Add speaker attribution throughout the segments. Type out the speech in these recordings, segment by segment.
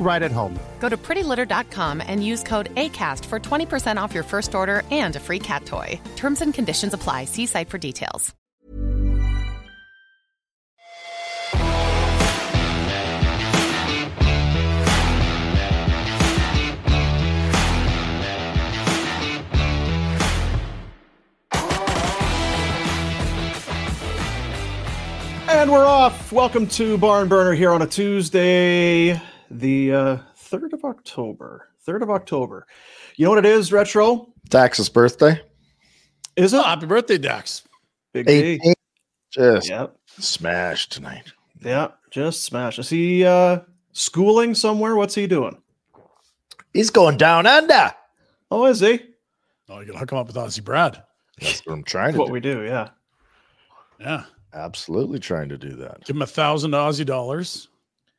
Speaker 1: right at home.
Speaker 2: Go to prettylitter.com and use code ACAST for 20% off your first order and a free cat toy. Terms and conditions apply. See site for details.
Speaker 3: And we're off. Welcome to Barn Burner here on a Tuesday, the uh, 3rd of October. 3rd of October. You know what it is, Retro?
Speaker 4: Dax's birthday.
Speaker 3: Is it?
Speaker 5: Oh, happy birthday, Dax.
Speaker 3: Big D.
Speaker 4: 18. Just
Speaker 3: Yep.
Speaker 4: smashed tonight.
Speaker 3: Yep. Just smash. Is he uh, schooling somewhere? What's he doing?
Speaker 4: He's going down under.
Speaker 3: Oh, is he?
Speaker 5: Oh, you can hook him up with Ozzy Brad.
Speaker 4: That's what I'm trying to
Speaker 3: What
Speaker 4: do.
Speaker 3: we do, yeah.
Speaker 5: Yeah.
Speaker 4: Absolutely trying to do that.
Speaker 5: Give him a thousand Aussie dollars.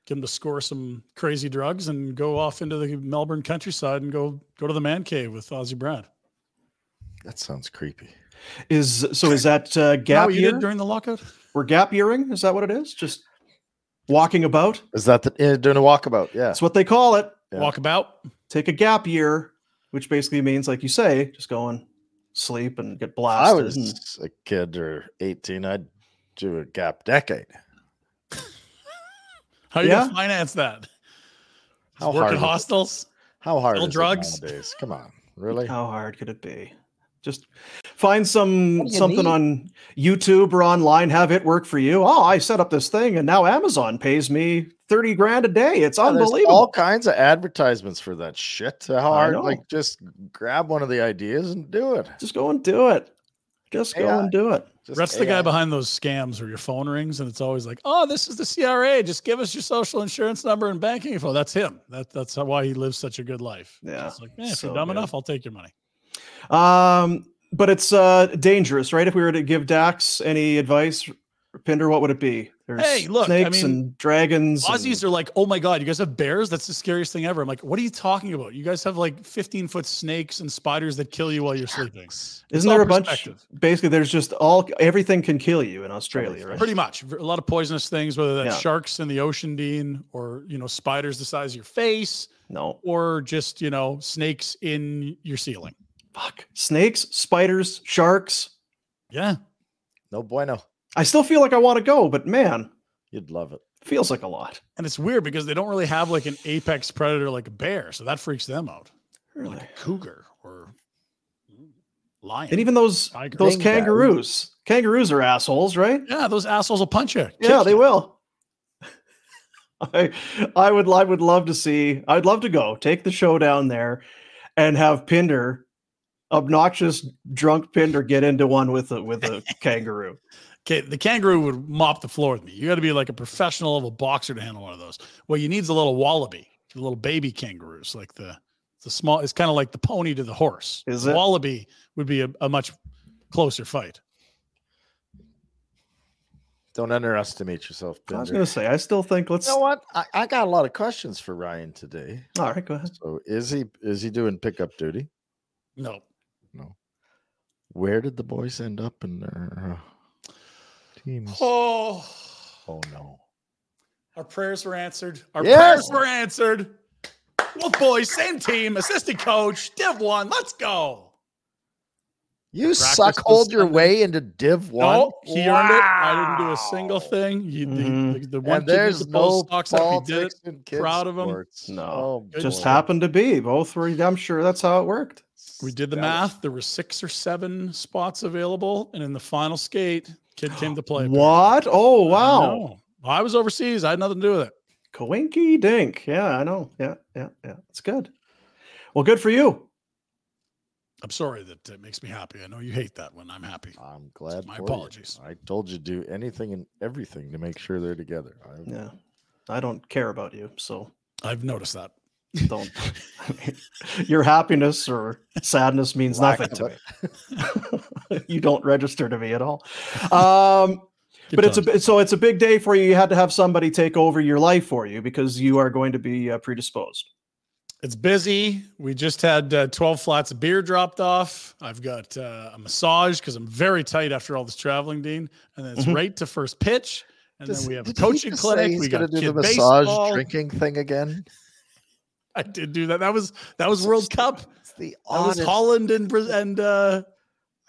Speaker 5: Get him to score some crazy drugs and go off into the Melbourne countryside and go go to the man cave with Ozzy Brad.
Speaker 4: That sounds creepy.
Speaker 3: Is so? Is that uh,
Speaker 5: Yeah,
Speaker 3: gap
Speaker 5: you
Speaker 3: year?
Speaker 5: did during the lockout?
Speaker 3: We're gap yearing. Is that what it is? Just walking about.
Speaker 4: Is that the yeah, doing a walkabout? Yeah.
Speaker 3: That's what they call it.
Speaker 4: Yeah.
Speaker 5: Walk about.
Speaker 3: Take a gap year, which basically means, like you say, just go and sleep and get
Speaker 4: I
Speaker 3: blasted. and-
Speaker 4: was a kid or 18. I'd do a gap decade.
Speaker 5: How are you
Speaker 3: Yeah.
Speaker 5: gonna finance that?
Speaker 4: How
Speaker 5: Work
Speaker 4: hard
Speaker 5: at
Speaker 4: is it?
Speaker 5: hostels?
Speaker 4: How hard
Speaker 5: Still
Speaker 4: is it
Speaker 5: drugs?
Speaker 4: nowadays? Come on. Really?
Speaker 3: How hard could it be? Just find some
Speaker 4: What do you
Speaker 3: something
Speaker 4: need?
Speaker 3: on YouTube or online, have it work for you. Oh, I set up this thing and now Amazon pays me 30 grand a day. It's
Speaker 4: Yeah, there's All
Speaker 3: unbelievable.
Speaker 4: kinds of advertisements for that shit. How hard?
Speaker 3: know.
Speaker 4: Like, just grab one of the ideas and do it.
Speaker 3: Just go and do it. Just go
Speaker 4: AI.
Speaker 3: and do it.
Speaker 4: Just
Speaker 5: That's the guy
Speaker 4: AI.
Speaker 5: behind those scams where your phone rings and it's always like, "Oh, this is the CRA. Just give us your social insurance number and banking info." That's him. That, that's how, why he lives such a good life.
Speaker 3: Yeah,
Speaker 5: It's like, "Eh, if
Speaker 3: so
Speaker 5: you're dumb
Speaker 3: good.
Speaker 5: enough, I'll take your money.
Speaker 3: Um, but it's uh dangerous, right? If we were to give Dax any advice, Pinder, what would it be? There's
Speaker 5: Hey, look, I
Speaker 3: snakes
Speaker 5: mean,
Speaker 3: and dragons.
Speaker 5: Aussies are like, oh my god, you guys have bears? That's the scariest thing ever. I'm like, what are you talking about? You guys have like 15 foot snakes and spiders that kill you while you're sleeping.
Speaker 3: and,
Speaker 5: it's
Speaker 3: isn't
Speaker 5: all
Speaker 3: there a bunch?
Speaker 5: perspective.
Speaker 3: Basically, there's just all everything can kill you in Australia, right?
Speaker 5: Pretty much, a lot of poisonous things, whether that's
Speaker 3: Yeah.
Speaker 5: sharks in the ocean, Dean, or you know, spiders the size of your face,
Speaker 3: No,
Speaker 5: or just you know, snakes in your ceiling.
Speaker 3: fuck, snakes, spiders, sharks.
Speaker 5: Yeah,
Speaker 4: No bueno.
Speaker 3: I still feel like I want to go, but man,
Speaker 4: You'd love it.
Speaker 3: feels like a lot.
Speaker 5: and it's weird because they don't really have like an apex predator like a bear, so that freaks them out. Or Like
Speaker 3: Really.
Speaker 5: a cougar or lion.
Speaker 3: And even those
Speaker 5: Tiger.
Speaker 3: those
Speaker 4: Dingbat.
Speaker 3: kangaroos, kangaroos are assholes, right?
Speaker 5: yeah, those assholes will punch you.
Speaker 3: Yeah,
Speaker 5: kick
Speaker 3: they
Speaker 5: you.
Speaker 3: will. I I would I would love to see. I'd love to go take the show down there, and have Pinder, obnoxious drunk Pinder, get into one with a with a kangaroo.
Speaker 5: Okay, the kangaroo would mop the floor with me. You got to be like a professional level boxer to handle one of those. What you need is a little wallaby, the little baby kangaroos, like the the small. It's kind of like the pony to the horse.
Speaker 3: Is it?
Speaker 5: Wallaby would be a, a much closer fight.
Speaker 4: Don't underestimate yourself,
Speaker 3: I was
Speaker 4: Bender.
Speaker 3: going to say, I still think let's.
Speaker 4: You know what? I, I got a lot of questions for Ryan today.
Speaker 3: All right, go ahead.
Speaker 4: So is he is he doing pickup duty?
Speaker 5: No,
Speaker 4: Where did the boys end up in their uh, teams? Oh,
Speaker 5: Oh,
Speaker 4: no.
Speaker 5: our prayers were answered. Our
Speaker 4: Yes!
Speaker 5: prayers were answered. Wolf boys, same team, assistant coach, Div one. Let's go.
Speaker 4: You
Speaker 5: practice
Speaker 4: suck
Speaker 5: was
Speaker 4: hold your
Speaker 5: Sunday.
Speaker 4: way into Div One.
Speaker 5: No, he earned it. I didn't do a single
Speaker 4: Wow.
Speaker 5: thing. He, the-
Speaker 3: Mhm.
Speaker 5: the, the
Speaker 4: Mm-hmm. And
Speaker 5: one kid with
Speaker 4: there's
Speaker 5: the
Speaker 4: no
Speaker 5: no socks up, he did it.
Speaker 4: politics in kids
Speaker 5: Proud of him.
Speaker 4: sports.
Speaker 3: No,
Speaker 4: Oh,
Speaker 3: Just
Speaker 4: boy.
Speaker 3: happened to be both were. I'm sure that's how it worked.
Speaker 5: We did the
Speaker 4: That was-
Speaker 5: math. There were six or seven spots available, and in the final skate, kid came to play.
Speaker 3: What? Oh
Speaker 5: I
Speaker 3: wow,
Speaker 5: know. I was overseas. I had nothing to do with it.
Speaker 3: coinky dink. Yeah, I know. Yeah, yeah, yeah. It's good. Well, good for you.
Speaker 5: I'm sorry that it makes me happy. I know you hate that when I'm happy.
Speaker 4: I'm glad.
Speaker 5: my
Speaker 4: for you.
Speaker 5: apologies.
Speaker 4: I told you to do anything and everything to make sure they're together. I,
Speaker 3: Yeah, I don't care about you, so
Speaker 5: I've noticed that.
Speaker 3: don't. Your happiness or sadness means
Speaker 4: Lack
Speaker 3: nothing
Speaker 4: of
Speaker 3: to me. you don't register to me at all. Um,
Speaker 5: Good
Speaker 3: but it's a
Speaker 5: times.
Speaker 3: bi- so it's a big day for you. You had to have somebody take over your life for you because you are going to be uh, predisposed.
Speaker 5: It's busy. We just had uh, 12 flats of beer dropped off. I've got uh, a massage because I'm very tight after all this traveling, Dean. And then it's
Speaker 3: Mhm.
Speaker 5: right to first pitch. And
Speaker 4: Does-
Speaker 5: then we have a
Speaker 4: did he
Speaker 5: coaching
Speaker 4: just say
Speaker 5: clinic.
Speaker 4: He's
Speaker 5: we
Speaker 4: going
Speaker 5: got
Speaker 4: to do the
Speaker 5: kid
Speaker 4: massage
Speaker 5: baseball.
Speaker 4: drinking thing again.
Speaker 5: I did do that. That was that was World Cup. That
Speaker 4: It's the
Speaker 5: was
Speaker 4: honest.
Speaker 5: Holland and Bra- and uh,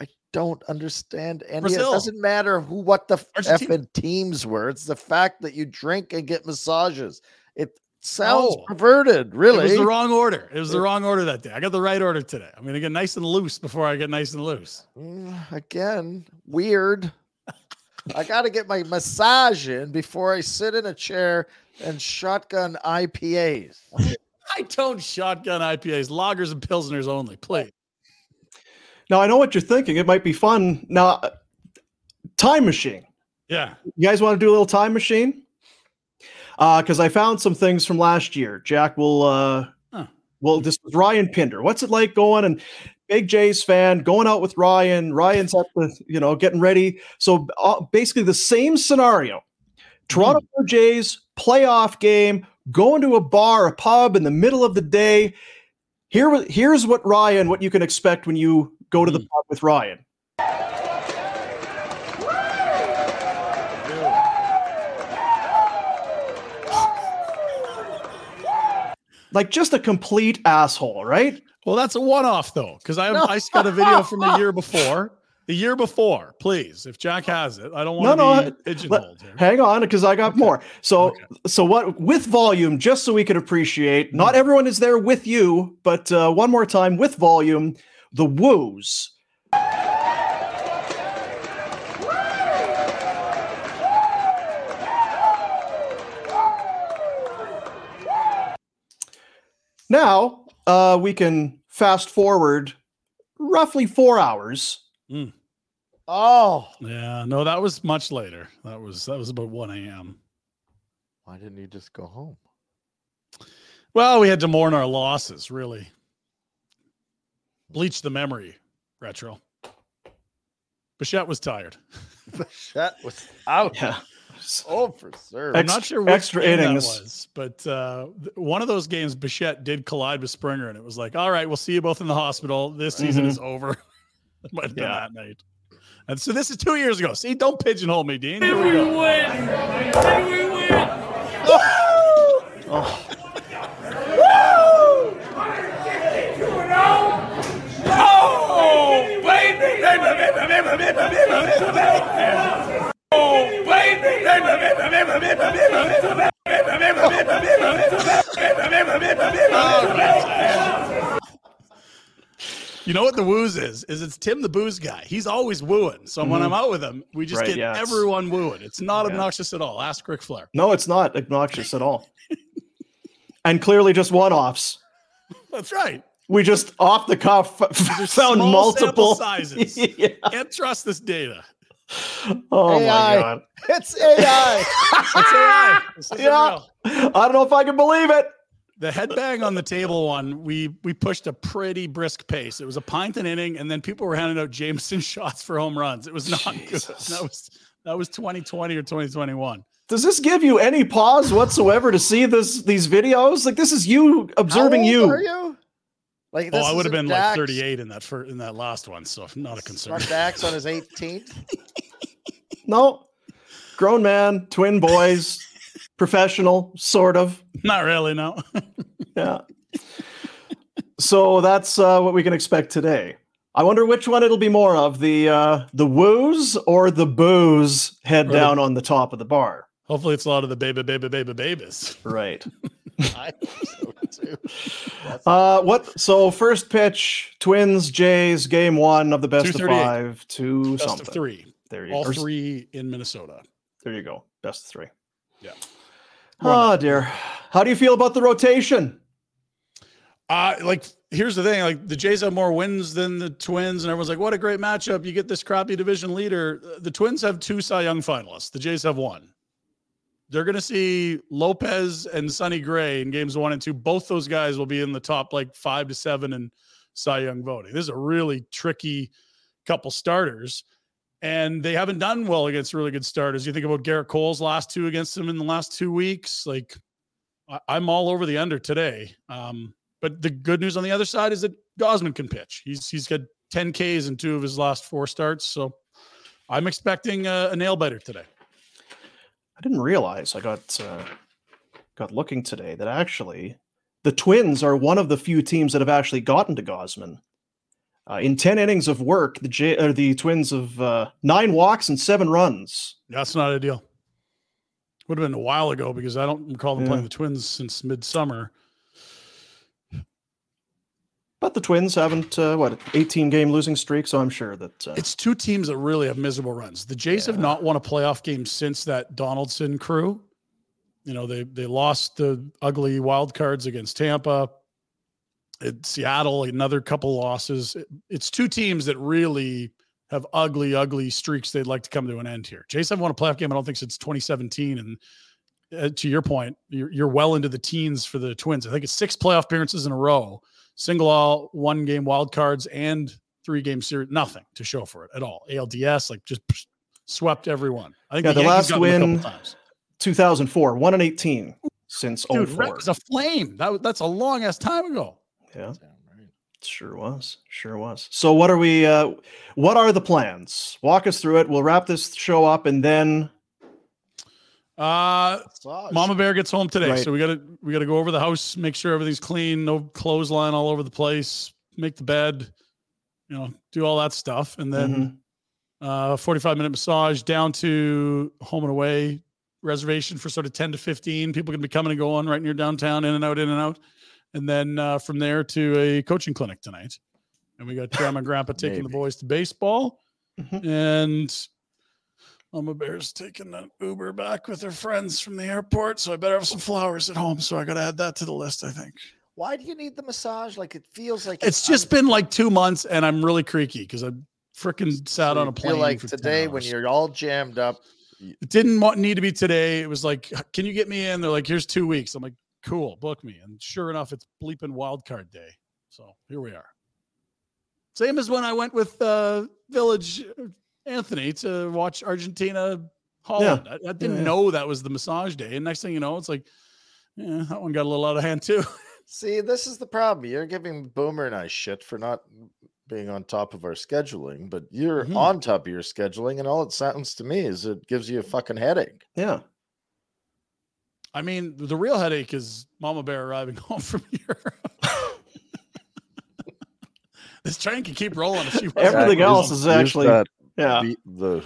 Speaker 4: I don't understand any.
Speaker 5: Brazil.
Speaker 4: It doesn't matter who what the
Speaker 5: Argentina.
Speaker 4: effing teams were. It's the fact that you drink and get massages. It sounds
Speaker 5: Oh.
Speaker 4: perverted,
Speaker 5: it was
Speaker 4: really.
Speaker 5: the wrong order. It was the wrong order that day. I got the right order today. I'm gonna get nice and loose before I get nice and loose.
Speaker 4: Mm, Again, weird. I got to get my massage in before I sit in a chair and shotgun IPAs.
Speaker 5: I don't shotgun IPAs, lagers and pilsners only. Please.
Speaker 3: Now I know what you're thinking. It might be fun. Now, uh, time machine.
Speaker 5: Yeah.
Speaker 3: You guys want to do a little time machine? Because I found some things from last year. Jack will. Uh,
Speaker 5: Huh.
Speaker 3: Well, this was Ryan Pinder. What's it like going and Big J's fan going out with Ryan? Ryan's up with you know getting ready. So uh, basically the same scenario. Toronto Blue Jays playoff game. Going to a bar, a pub in the middle of the day. Here, wa- here's what Ryan, what you can expect when you go to the pub with Ryan. Like just a complete asshole, right?
Speaker 5: Well, that's a one-off though, because I I just got a video from the year before. The year before, please, if Jack has it, I don't want to
Speaker 3: No, no,
Speaker 5: be pigeonholed here.
Speaker 3: Hang on, because I got more. So,
Speaker 5: Okay.
Speaker 3: so what with volume, just so we can appreciate. Not
Speaker 5: Hmm.
Speaker 3: everyone is there with you, but uh, one more time with volume, the woos. Now uh, we can fast forward roughly four hours.
Speaker 4: Oh,
Speaker 5: Yeah, no, that was much later. That was that was about one a.m.
Speaker 4: why didn't you just go home?
Speaker 5: Well, we had to mourn our losses, really. Bleach the memory, retro. Bichette was tired.
Speaker 4: The shot was out.
Speaker 3: Yeah.
Speaker 4: Oh, for sure.
Speaker 5: I'm
Speaker 3: Ex-
Speaker 5: not sure which
Speaker 3: extra
Speaker 5: game that
Speaker 3: innings.
Speaker 5: was, but uh, th- one of those games, Bichette did collide with Springer, and it was like, "All right, we'll see you both in the hospital. This season is over." but
Speaker 3: Mm-hmm. Yeah.
Speaker 5: that night, and so this is two years ago. See, don't pigeonhole me, Dean. Here we
Speaker 6: Did we
Speaker 5: go.
Speaker 6: win? Did we win? Oh, baby! Oh, baby!
Speaker 5: You know what the woos is? Is it's Tim the booze guy. He's always wooing. So when I'm out with him, we just
Speaker 3: Mm-hmm. Right,
Speaker 5: get
Speaker 3: yeah, it's-
Speaker 5: everyone wooing. It's not
Speaker 3: Yeah.
Speaker 5: obnoxious at all. Ask Ric Flair.
Speaker 3: No, it's not obnoxious at all. and clearly just one offs.
Speaker 5: That's right.
Speaker 3: We just off the cuff
Speaker 5: These are
Speaker 3: found
Speaker 5: small sample
Speaker 3: multiple
Speaker 5: sizes.
Speaker 3: Yeah.
Speaker 5: Can't trust this data.
Speaker 3: Oh
Speaker 4: AI.
Speaker 3: my god.
Speaker 4: It's AI.
Speaker 5: That's AI. This isn't
Speaker 3: Yeah.
Speaker 5: real.
Speaker 3: I don't know if I can believe it.
Speaker 5: The headbang on the table one, we we pushed a pretty brisk pace. It was a pint an inning, and then people were handing out Jameson shots for home runs. It was not good.
Speaker 3: Jesus.
Speaker 5: That was that was 2020 or 2021.
Speaker 3: Does this give you any pause whatsoever to see this these videos? Like this is you observing
Speaker 4: How old Are
Speaker 3: you.
Speaker 4: you? Like
Speaker 5: Oh,
Speaker 4: this
Speaker 5: I would have
Speaker 4: isn't
Speaker 5: been
Speaker 4: Dax-
Speaker 5: like 38 in that first in that last one, so not a concern.
Speaker 4: Not Dax on his 18th.
Speaker 3: No. Grown man, twin boys, professional, sort of.
Speaker 5: not really, no.
Speaker 3: Yeah. so that's uh, what we can expect today. I wonder which one it'll be more of the uh, the woos or the boos head
Speaker 5: Or the-
Speaker 3: down on the top of the bar.
Speaker 5: Hopefully, it's a lot of the baby, baby, baby, babies.
Speaker 3: Right.
Speaker 4: I hope so, too.
Speaker 3: Uh, what? So first pitch, Twins, Jays, game one of the best of
Speaker 5: 238.
Speaker 3: five, two
Speaker 5: Best
Speaker 3: something.
Speaker 5: of three,
Speaker 3: There you
Speaker 5: all
Speaker 3: go.
Speaker 5: three in Minnesota.
Speaker 3: There you go. Best of three.
Speaker 5: Yeah.
Speaker 3: Oh dear. How do you feel about the rotation?
Speaker 5: Uh, like here's the thing: like the Jays have more wins than the Twins, and everyone's like, "What a great matchup! You get this crappy division leader." The Twins have two Cy Young finalists. The Jays have one. They're going to see Lopez and Sonny Gray in games one and two. Both those guys will be in the top like five to seven in Cy Young voting. This is a really tricky couple starters, and they haven't done well against really good starters. You think about Garrett Cole's last two against him in the last two weeks. Like, I- I'm all over the under today. Um, but the good news on the other side is that Gosman can pitch. He's he's got 10 Ks in two of his last four starts, so I'm expecting a, a nail biter today.
Speaker 3: I didn't realize I got uh, got looking today that actually the Twins are one of the few teams that have actually gotten to Gosman. Uh, in ten innings of work, the J- or the Twins have uh, nine walks and seven runs.
Speaker 5: That's not ideal. Would have been a while ago because I don't recall them playing the Twins since midsummer.
Speaker 3: But the Twins haven't uh, what eighteen game losing streak, so I'm sure that uh,
Speaker 5: It's two teams that really have miserable runs. The Jays have not won a playoff game since that Donaldson crew. You know, they they lost the ugly wild cards against Tampa. At Seattle, another couple losses. It- It's two teams that really have ugly, ugly streaks they'd like to come to an end here. Jays haven't won a playoff game, I don't think, since 2017. And uh, to your point, you're, you're well into the teens for the Twins. I think it's six playoff appearances in a row, single all, one game wild cards, and three game series, nothing to show for it at all. ALDS like just psh, swept everyone. I think
Speaker 3: Yeah, the last
Speaker 5: Yankees got them a
Speaker 3: win-
Speaker 5: couple times.
Speaker 3: 2004, one and eighteen since
Speaker 5: Dude,
Speaker 3: 04.
Speaker 5: Rec was a flame. That, was- that's a long ass time ago.
Speaker 3: yeah,
Speaker 4: Damn right.
Speaker 3: Sure was. Sure was. So what are we uh what are the plans? Walk us through it. We'll wrap this show up and then
Speaker 5: Uh,
Speaker 4: Massage.
Speaker 5: Mama Bear gets home today,
Speaker 3: Right.
Speaker 5: so we gotta we gotta go over the house, make sure everything's clean, no clothesline all over the place, make the bed, you know, do all that stuff, and then.
Speaker 3: Mhm.
Speaker 5: uh, 45 minute massage down to home and away reservation for sort of 10 to 15 people can be coming and going right near downtown in and out in and out and then uh, from there to a coaching clinic tonight and we got grandma and grandpa taking the
Speaker 4: Maybe.
Speaker 5: boys to baseball
Speaker 3: Mhm.
Speaker 5: and mama bear's taking an uber back with her friends from the airport so i better have some flowers at home so i gotta add that to the list i think
Speaker 4: Why do you need the massage? Like it feels like
Speaker 5: it's just been like two months and i'm really creaky because i freaking
Speaker 4: I'm-
Speaker 5: sat on a
Speaker 4: you feel
Speaker 5: plane
Speaker 4: like
Speaker 5: for 10
Speaker 4: today when
Speaker 5: hours.
Speaker 4: you're all jammed up.
Speaker 5: it didn't want, need to be today. It was like, can you get me in? They're like, here's two weeks. I'm like, cool, book me. And sure enough, it's bleeping wild card day. So here we are. Same as when I went with uh, Village Anthony to watch Argentina Holland. I, I didn't
Speaker 3: yeah.
Speaker 5: know that was the massage day. And next thing you know, it's like, yeah, that one got a little out of hand too.
Speaker 4: See, this is the problem. You're giving Boomer and I shit for not being on top of our scheduling, but you're
Speaker 3: Mm-hmm.
Speaker 5: Mhm.
Speaker 4: on top of your scheduling, and all it sounds to me is it gives you a fucking headache.
Speaker 3: yeah.
Speaker 5: I mean, the real headache is Mama Bear arriving home from Europe. this train can keep rolling if she wasn't
Speaker 3: Everything
Speaker 5: around.
Speaker 3: else is actually- Yeah.
Speaker 4: beat the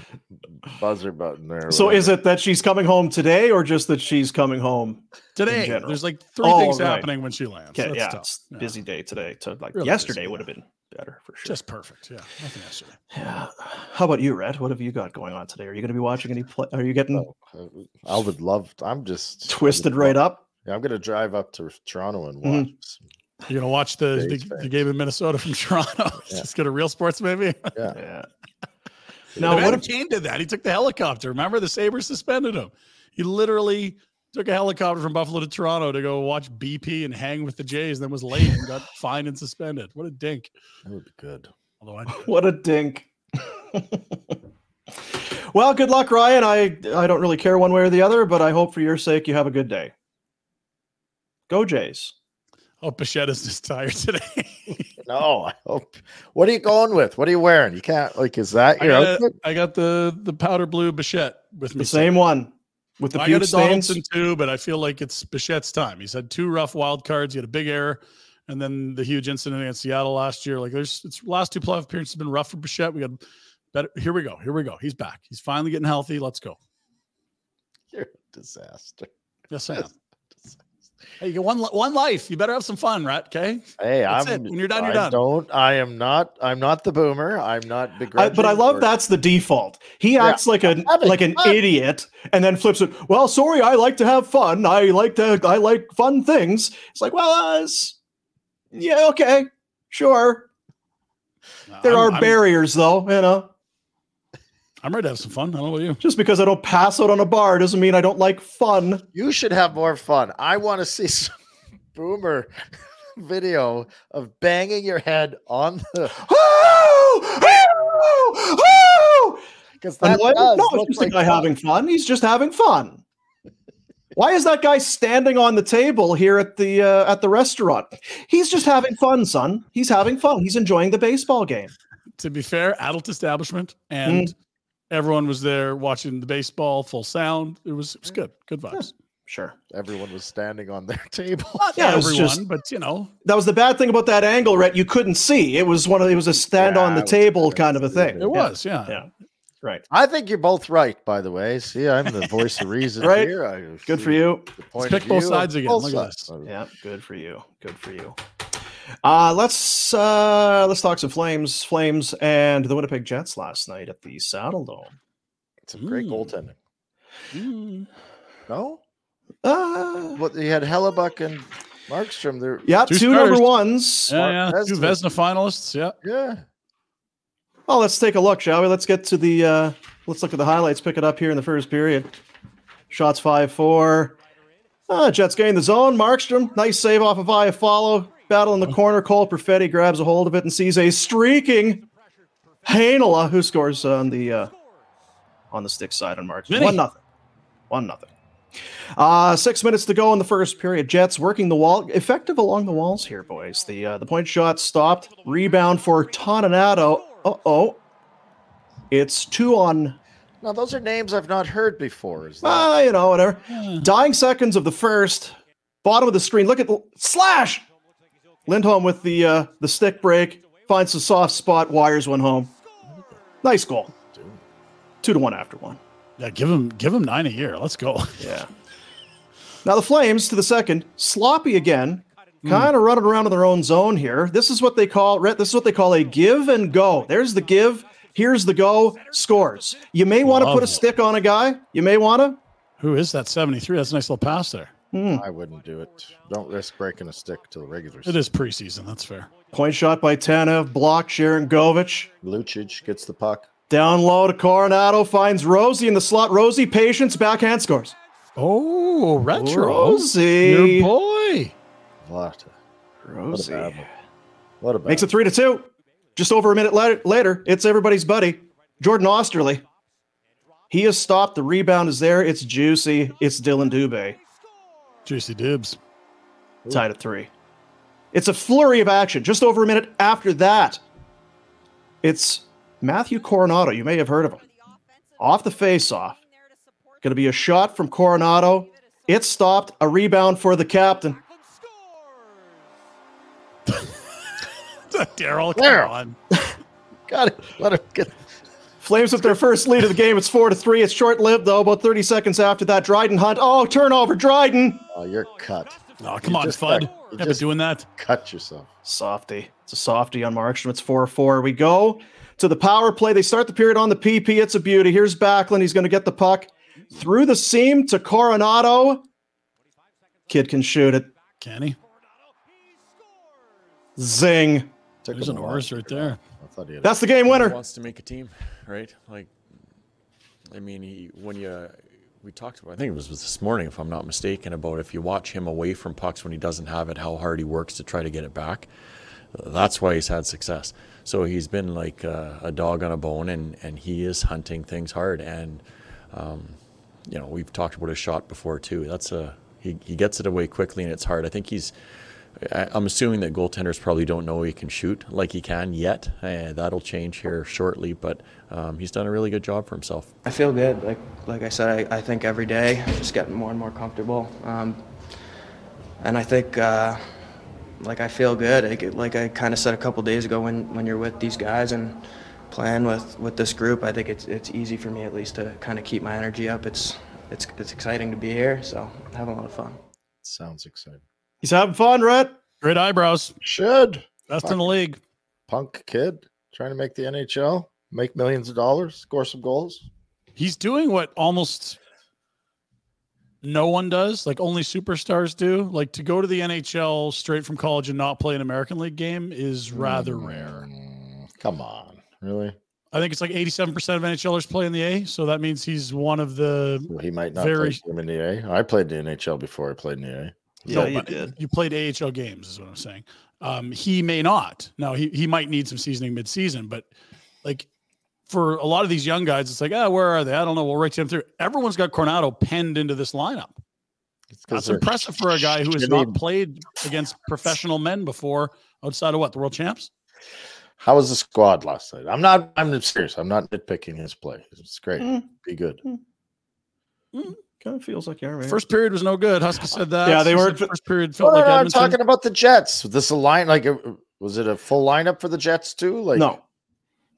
Speaker 4: buzzer button there. or
Speaker 3: So is
Speaker 4: whatever.
Speaker 3: it that she's coming home today or just that she's coming home?
Speaker 5: today.
Speaker 3: general.
Speaker 5: There's like three
Speaker 3: Oh,
Speaker 5: things
Speaker 3: right.
Speaker 5: happening when she lands.
Speaker 3: Okay,
Speaker 5: That's
Speaker 3: yeah.
Speaker 5: tough.
Speaker 3: It's
Speaker 5: Yeah.
Speaker 3: busy day today to like
Speaker 5: Really busy,
Speaker 3: yesterday would
Speaker 5: yeah.
Speaker 3: have been better for sure.
Speaker 5: Just perfect. Yeah. Nothing else today.
Speaker 3: yeah. How about you, Red? What have you got going on today? Are you going to be watching any play? Are you getting
Speaker 4: Oh, I- I would love. I'm just I would
Speaker 3: twisted
Speaker 4: love-
Speaker 3: right up?
Speaker 4: Yeah, I'm gonna drive up to Toronto and watch.
Speaker 3: Mhm.
Speaker 4: some-
Speaker 5: You're gonna watch the,
Speaker 4: Today's
Speaker 5: the, the
Speaker 4: fans.
Speaker 5: game in Minnesota from Toronto.
Speaker 4: Yeah.
Speaker 5: Just go to real sports maybe.
Speaker 4: Yeah,
Speaker 3: Yeah. Now,
Speaker 5: Imagine
Speaker 3: what if
Speaker 5: Kane did that? He took the helicopter. Remember, the Sabres suspended him. He literally took a helicopter from Buffalo to Toronto to go watch BP and hang with the Jays, and then was late and got fined and suspended. What a dink.
Speaker 4: That would be good.
Speaker 5: Although I,
Speaker 3: what a dink. well, good luck, Ryan. I I don't really care one way or the other, but I hope for your sake you have a good day. Go Jays.
Speaker 5: oh, Pachetta's just tired today.
Speaker 4: No, I hope. What are you going with? What are you wearing? You can't like. Is that
Speaker 5: I
Speaker 4: your
Speaker 5: got,
Speaker 4: outfit?
Speaker 5: a- I got the the powder blue Bichette with me.
Speaker 3: The same one with the
Speaker 5: I got
Speaker 3: puke
Speaker 5: a
Speaker 3: stains.
Speaker 5: Donaldson too, but I feel like it's Bichette's time. He's had two rough wild cards. He had a big error, and then the huge incident against Seattle last year. Like there's it's last two playoff appearances have been rough for Bichette. We got better. Here we go. Here we go. He's back. He's finally getting healthy. Let's go.
Speaker 4: You're a disaster.
Speaker 5: Yes, I am. Hey, you get one li- one life. You better have some fun, right? Okay.
Speaker 4: Hey,
Speaker 5: That's
Speaker 4: I'm.
Speaker 5: it. When you're done, you're
Speaker 4: I
Speaker 5: done.
Speaker 4: Don't. I am not. I'm not the boomer. I'm not
Speaker 3: I,
Speaker 4: begrudging.
Speaker 3: but I love
Speaker 4: or-
Speaker 3: that's the default. He
Speaker 4: Yeah.
Speaker 3: acts like an
Speaker 4: having
Speaker 3: like an
Speaker 4: fun.
Speaker 3: idiot, and then flips it. Well, sorry, I like to have fun. I like to I like fun things. It's like, well, uh, s- yeah, okay, sure. There
Speaker 5: I'm-
Speaker 3: are
Speaker 5: I'm-
Speaker 3: barriers, though. You know,
Speaker 5: I'm ready to have some fun. I don't know about you.
Speaker 3: just because I don't pass out on a bar doesn't mean I don't like fun.
Speaker 4: You should have more fun. I want to see some boomer video of banging your head on the
Speaker 3: Oh, oh, oh!
Speaker 4: because
Speaker 3: And
Speaker 4: that
Speaker 3: why-
Speaker 4: does
Speaker 3: no, it's
Speaker 4: look
Speaker 3: just
Speaker 4: like
Speaker 3: a guy
Speaker 4: fun.
Speaker 3: having fun. He's just having fun. Why is that guy standing on the table here at the uh, at the restaurant? He's just having fun, son. He's having fun. He's enjoying the baseball game.
Speaker 5: to be fair, adult establishment, and
Speaker 3: Mm.
Speaker 5: everyone was there watching the baseball, full sound. It was it was good, good vibes.
Speaker 3: Sure.
Speaker 4: Everyone was standing on their table.
Speaker 5: Not
Speaker 3: Yeah, it was
Speaker 5: everyone,
Speaker 3: just-
Speaker 5: but you know,
Speaker 3: That was the bad thing about that angle, Rhett. You couldn't see. It was one of it was a stand on the
Speaker 4: Yeah, it was
Speaker 3: table
Speaker 4: kinda
Speaker 3: kind of a thing.
Speaker 4: stupid.
Speaker 5: it was. Yeah,
Speaker 3: Yeah. Right.
Speaker 4: I think you're both right, by the way. See, I'm the voice of reason
Speaker 3: Right?
Speaker 4: here. I
Speaker 3: Good for
Speaker 4: see
Speaker 3: you.
Speaker 4: the point
Speaker 5: pick
Speaker 4: of
Speaker 5: both
Speaker 4: view of
Speaker 5: sides again.
Speaker 4: both
Speaker 5: Look at
Speaker 4: sides.
Speaker 3: Yeah, good for you. Good for you. Uh, let's uh, let's talk some Flames, Flames, and the Winnipeg Jets last night at the Saddle Dome.
Speaker 4: Some great
Speaker 5: Mm.
Speaker 4: goaltending.
Speaker 5: Mm.
Speaker 4: No,
Speaker 3: Uh,
Speaker 4: what you had Hellebuck and Markstrom. They're
Speaker 3: Yeah, two,
Speaker 5: Two
Speaker 3: number
Speaker 5: stars.
Speaker 3: ones.
Speaker 4: Mark
Speaker 5: yeah, yeah. Two
Speaker 4: Vesna.
Speaker 5: Vesna finalists. Yeah,
Speaker 4: yeah.
Speaker 3: Well, let's take a look, shall we? Let's get to the uh, let's look at the highlights. Pick it up here in the first period. Shots five four. Ah, Jets gain the zone. Markstrom, nice save off of Aya follow. Battle in the corner. Cole Perfetti grabs a hold of it and sees a streaking Hanela who scores on the uh, on the stick side on Markstrom.
Speaker 5: Vinny.
Speaker 3: One nothing. One nothing. Uh, six minutes to go in the first period. Jets working the wall, effective along the walls here, boys. The uh, the point shot stopped. Rebound for Toninato. Uh oh. It's two on,
Speaker 4: Now those are names I've not heard before. Is that
Speaker 3: uh, you know, whatever.
Speaker 5: Uh-huh.
Speaker 3: Dying seconds of the first. Bottom of the screen. Look at the slash. Lindholm with the uh, the stick break finds the soft spot. Wires one home. Nice goal. Two to one after one.
Speaker 5: yeah. Give him, give him nine a year. Let's go.
Speaker 3: Yeah. Now the Flames to the second, sloppy again,
Speaker 5: Hmm.
Speaker 3: kind of running around in their own zone here. This is what they call Rhett, This is what they call a give and go. There's the give. Here's the go. Scores. You may want to
Speaker 5: Love
Speaker 3: put a
Speaker 5: it.
Speaker 3: stick on a guy. You may want to.
Speaker 5: Who is that? Seventy-three. That's a nice little pass there.
Speaker 4: I wouldn't do it. Don't risk breaking a stick to the regulars.
Speaker 5: It is preseason. That's fair.
Speaker 3: Point shot by Tanev, block Sharon Govich.
Speaker 4: Lucic gets the puck.
Speaker 3: Down low to Coronado, finds Rosie in the slot. Rosie, patience, backhand scores.
Speaker 5: Oh, retro.
Speaker 3: Rosie.
Speaker 5: Your boy.
Speaker 4: What? What a
Speaker 3: Rosie.
Speaker 4: battle. What about
Speaker 3: Makes it three to two. Just over a minute later, later, it's everybody's buddy, Jordan Osterley. He has stopped. The rebound is there. It's juicy. It's Dylan Dubé.
Speaker 5: Juicy dibs.
Speaker 3: Tied at three. It's a flurry of action. Just over a minute after that, it's Matthew Coronado. You may have heard of him. Off the face-off. Going to be a shot from Coronado. It's stopped. A rebound for the captain.
Speaker 5: Daryl, come
Speaker 4: Daryl.
Speaker 5: on.
Speaker 4: Got it. Let him get.
Speaker 3: Flames with their first lead of the game. It's four to three. It's short-lived though. About 30 seconds after that, Dryden Hunt. Oh, turnover, Dryden.
Speaker 4: Oh, you're cut.
Speaker 5: Oh, come on,
Speaker 4: just
Speaker 5: Fud.
Speaker 4: got- you
Speaker 5: You've been
Speaker 4: just-
Speaker 5: doing that.
Speaker 4: Cut yourself.
Speaker 3: Softy. It's a softy on Markstrom. It's 4 4. We go to the power play. They start the period on the PP. It's a beauty. Here's Backlund. He's going to get the puck through the seam to Coronado. Kid can shoot it.
Speaker 5: Can he?
Speaker 3: Zing.
Speaker 4: took
Speaker 5: There's
Speaker 4: him
Speaker 5: an
Speaker 4: a while
Speaker 5: Oris
Speaker 4: to
Speaker 5: right
Speaker 4: figure it
Speaker 5: there.
Speaker 4: out. I thought he had.
Speaker 3: That's the game winner.
Speaker 7: wants to make a team, right? Like, I mean, he, when you we talked about, I think it was this morning, if I'm not mistaken, about if you watch him away from pucks when he doesn't have it, how hard he works to try to get it back. That's why he's had success. So he's been like uh, a dog on a bone, and and he is hunting things hard. And um, you know, we've talked about his shot before too. That's a he, he gets it away quickly, and it's hard. I think he's I- I'm assuming that goaltenders probably don't know he can shoot like he can yet. Eh, that'll change here shortly, but um, he's done a really good job for himself.
Speaker 8: I feel good. Like like I said, I, I think every day I'm just getting more and more comfortable. Um, and I think uh, like I feel good. Like, it- like I kind of said a couple days ago, when when you're with these guys and playing with with this group, I think it's it's easy for me at least to kind of keep my energy up. It's it's it's exciting to be here, so I'm having a lot of fun.
Speaker 4: Sounds exciting.
Speaker 3: He's having fun, Rhett.
Speaker 5: Great eyebrows.
Speaker 4: Should
Speaker 5: Best in the league.
Speaker 4: punk kid trying to make the NHL, make millions of dollars, score some goals.
Speaker 5: He's doing what almost no one does, like only superstars do. Like to go to the NHL straight from college and not play an American League game is rather
Speaker 8: Hmm.
Speaker 5: rare.
Speaker 4: Mm, Come on, really?
Speaker 5: I think it's like 87% of NHLers play in the A. So that means he's one of the.
Speaker 4: Well, he might not
Speaker 5: Very-
Speaker 4: play him in the A. I played the NHL before I played in the A.
Speaker 5: No,
Speaker 8: Yeah, you
Speaker 5: but
Speaker 8: did.
Speaker 5: You played AHL games, is what I'm saying. Um, he may not. Now, he, he might need some seasoning midseason, but like for a lot of these young guys, it's like, ah, where are they? I don't know. We'll rake them through. Everyone's got Coronado penned into this lineup.
Speaker 4: It's 'cause
Speaker 5: That's
Speaker 4: they're
Speaker 5: impressive for a guy who has not
Speaker 4: shitty.
Speaker 5: played against professional men before, outside of what the world champs.
Speaker 4: How was the squad last night? I'm not. I'm serious. I'm not nitpicking his play. It's great.
Speaker 3: Mm.
Speaker 4: Be good.
Speaker 3: Kind of feels like you
Speaker 5: First period was no good. Husky said that.
Speaker 3: Yeah, they
Speaker 5: He
Speaker 3: weren't-
Speaker 5: said First period
Speaker 4: No,
Speaker 5: felt
Speaker 4: no,
Speaker 5: like
Speaker 4: no, I'm
Speaker 5: Edmonton.
Speaker 4: talking about the Jets. This line, like, uh, was it a full lineup for the Jets too? Like,
Speaker 3: no,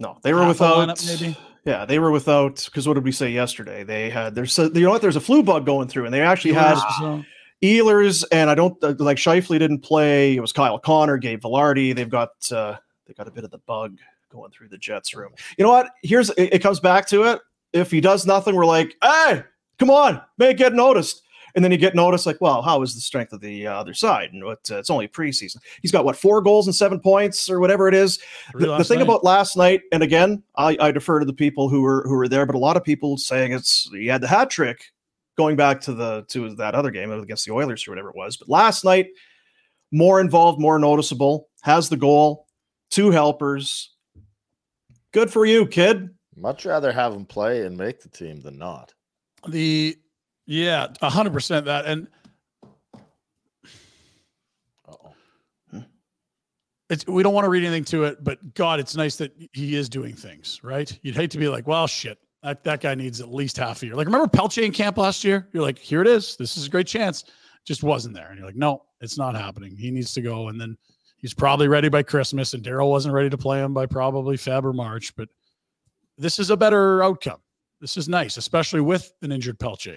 Speaker 3: no, they were
Speaker 5: half a
Speaker 3: without.
Speaker 5: lineup, maybe?
Speaker 3: Yeah, they were without. Because what did we say yesterday? They had there's a- you know what? There's a flu bug going through, and they actually had
Speaker 5: So-
Speaker 3: Ehlers and I don't uh, like Shifley didn't play. It was Kyle Connor, Gabe Velarde. They've got uh, they got a bit of the bug going through the Jets room. You know what? Here's it, it comes back to it. If he does nothing, we're like, hey, come on, make get noticed. And then you get noticed, like, well, how is the strength of the uh, other side? And what, uh, it's only preseason. He's got what four goals and seven points, or whatever it is
Speaker 5: Three
Speaker 3: the, the
Speaker 5: last
Speaker 3: thing
Speaker 5: night.
Speaker 3: about last night, and again, I, I defer to the people who were who were there, but a lot of people saying it's he had the hat trick, going back to the to that other game against the Oilers or whatever it was. But last night, more involved, more noticeable, has the goal, two helpers. Good for you, kid.
Speaker 4: much rather have him play and make the team than not.
Speaker 5: the yeah, hundred percent that. And
Speaker 4: Uh-oh.
Speaker 5: it's we don't want to read anything to it, but God, it's nice that he is doing things right. You'd hate to be like, well, shit, that, that guy needs at least half a year. Like, remember Pelche in camp last year? You're like, here it is. This is a great chance. Just wasn't there, and you're like, no, it's not happening. He needs to go, and then he's probably ready by Christmas, and Daryl wasn't ready to play him by probably Feb or March. But this is a better outcome. This is nice, especially with an injured Pelche.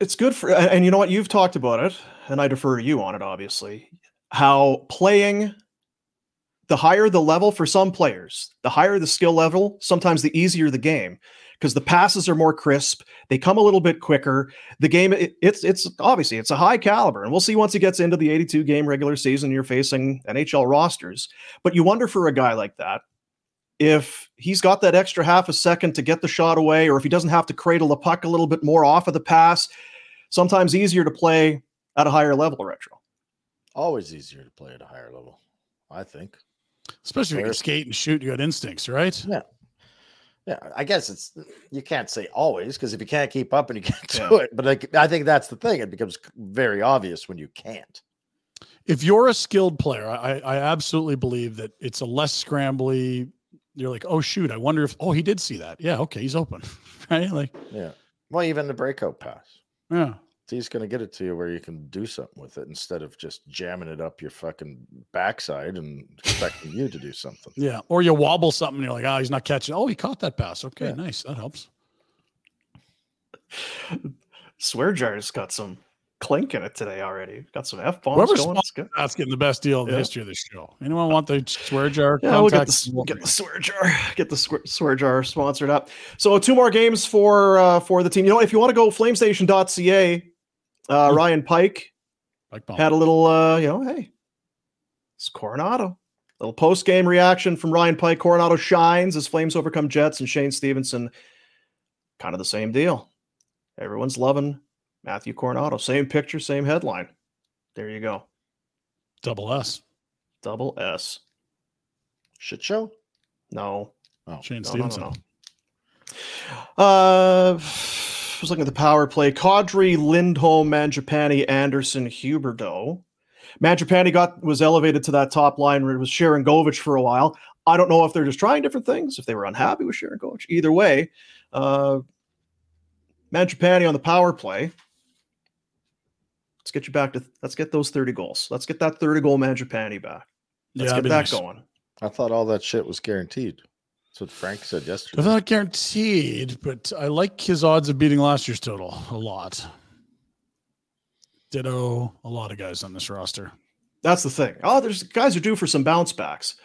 Speaker 3: It's good for and and you know what you've talked about it, and I defer to you on it, obviously. How playing the higher the level for some players, the higher the skill level, sometimes the easier the game because the passes are more crisp, they come a little bit quicker. The game it, it's it's obviously it's a high caliber and we'll see once it gets into the 82 game regular season you're facing NHL rosters, but you wonder for a guy like that if he's got that extra half a second to get the shot away or if he doesn't have to cradle the puck a little bit more off of the pass, sometimes easier to play at a higher level retro.
Speaker 4: Always easier to play at a higher level, I think.
Speaker 5: Especially if you
Speaker 4: Fair.
Speaker 5: can skate and shoot, you got instincts, right?
Speaker 4: Yeah, I guess it's you can't say always because if you can't keep up and you can't
Speaker 3: Yeah.
Speaker 4: do it, but like I think that's the thing. It becomes c- very obvious when you can't.
Speaker 5: If you're a skilled player, I, I absolutely believe that it's a less scrambly. You're like, oh shoot, I wonder if oh he did see that. Yeah, okay, he's open, right? Like,
Speaker 4: Yeah. Well, even the breakout pass.
Speaker 5: yeah,
Speaker 4: He's going to get it to you where you can do something with it instead of just jamming it up your fucking backside and expecting you to do something.
Speaker 5: yeah. Or you wobble something, and you're like, oh, he's not catching. Oh, he caught that pass. Okay,
Speaker 4: Yeah.
Speaker 5: nice, that helps.
Speaker 3: Swear jar's got some clink in it today already. Got some F bombs
Speaker 5: Whoever's
Speaker 3: going. It's good.
Speaker 5: That's getting the best deal in the
Speaker 3: Yeah.
Speaker 5: history of this show. Anyone want the swear jar?
Speaker 3: Yeah, we'll get
Speaker 5: contacts?
Speaker 3: the, get the swear jar, get the swear, swear jar sponsored up. So two more games for uh, for the team. You know, if you want to go flamestation.ca, uh, Ryan Pike
Speaker 5: Like, bump.
Speaker 3: had a little, uh, you know, hey, It's Coronado. Little post game reaction from Ryan Pike. Coronado shines as Flames overcome Jets and Shane Stevenson. Kind of the same deal. Everyone's loving Matthew Coronado. Same picture, same headline. There you go.
Speaker 5: Double S.
Speaker 3: Double S.
Speaker 4: Shit show.
Speaker 3: No.
Speaker 5: Oh, Shane
Speaker 3: No, no, no,
Speaker 5: Stevenson.
Speaker 3: no. Uh, I was looking at the power play. Kadri, Lindholm, Manjapani, Anderson, Huberdeau. Manjapani got was elevated to that top line where it was Sharon Govich for a while. I don't know if they're just trying different things, if they were unhappy with Sharon Govich. Either way, uh, Manjapani on the power play. Let's get you back to let's get those 30 goals. Let's get that 30 goal Manjapani back. Let's get
Speaker 5: that'd be
Speaker 3: that
Speaker 5: nice.
Speaker 3: going.
Speaker 9: I thought all that shit was guaranteed. That's what Frank said yesterday.
Speaker 5: They're not guaranteed, but I like his odds of beating last year's total a lot. Ditto a lot of guys on this roster.
Speaker 3: That's the thing. Oh, there's guys are due for some bounce backs.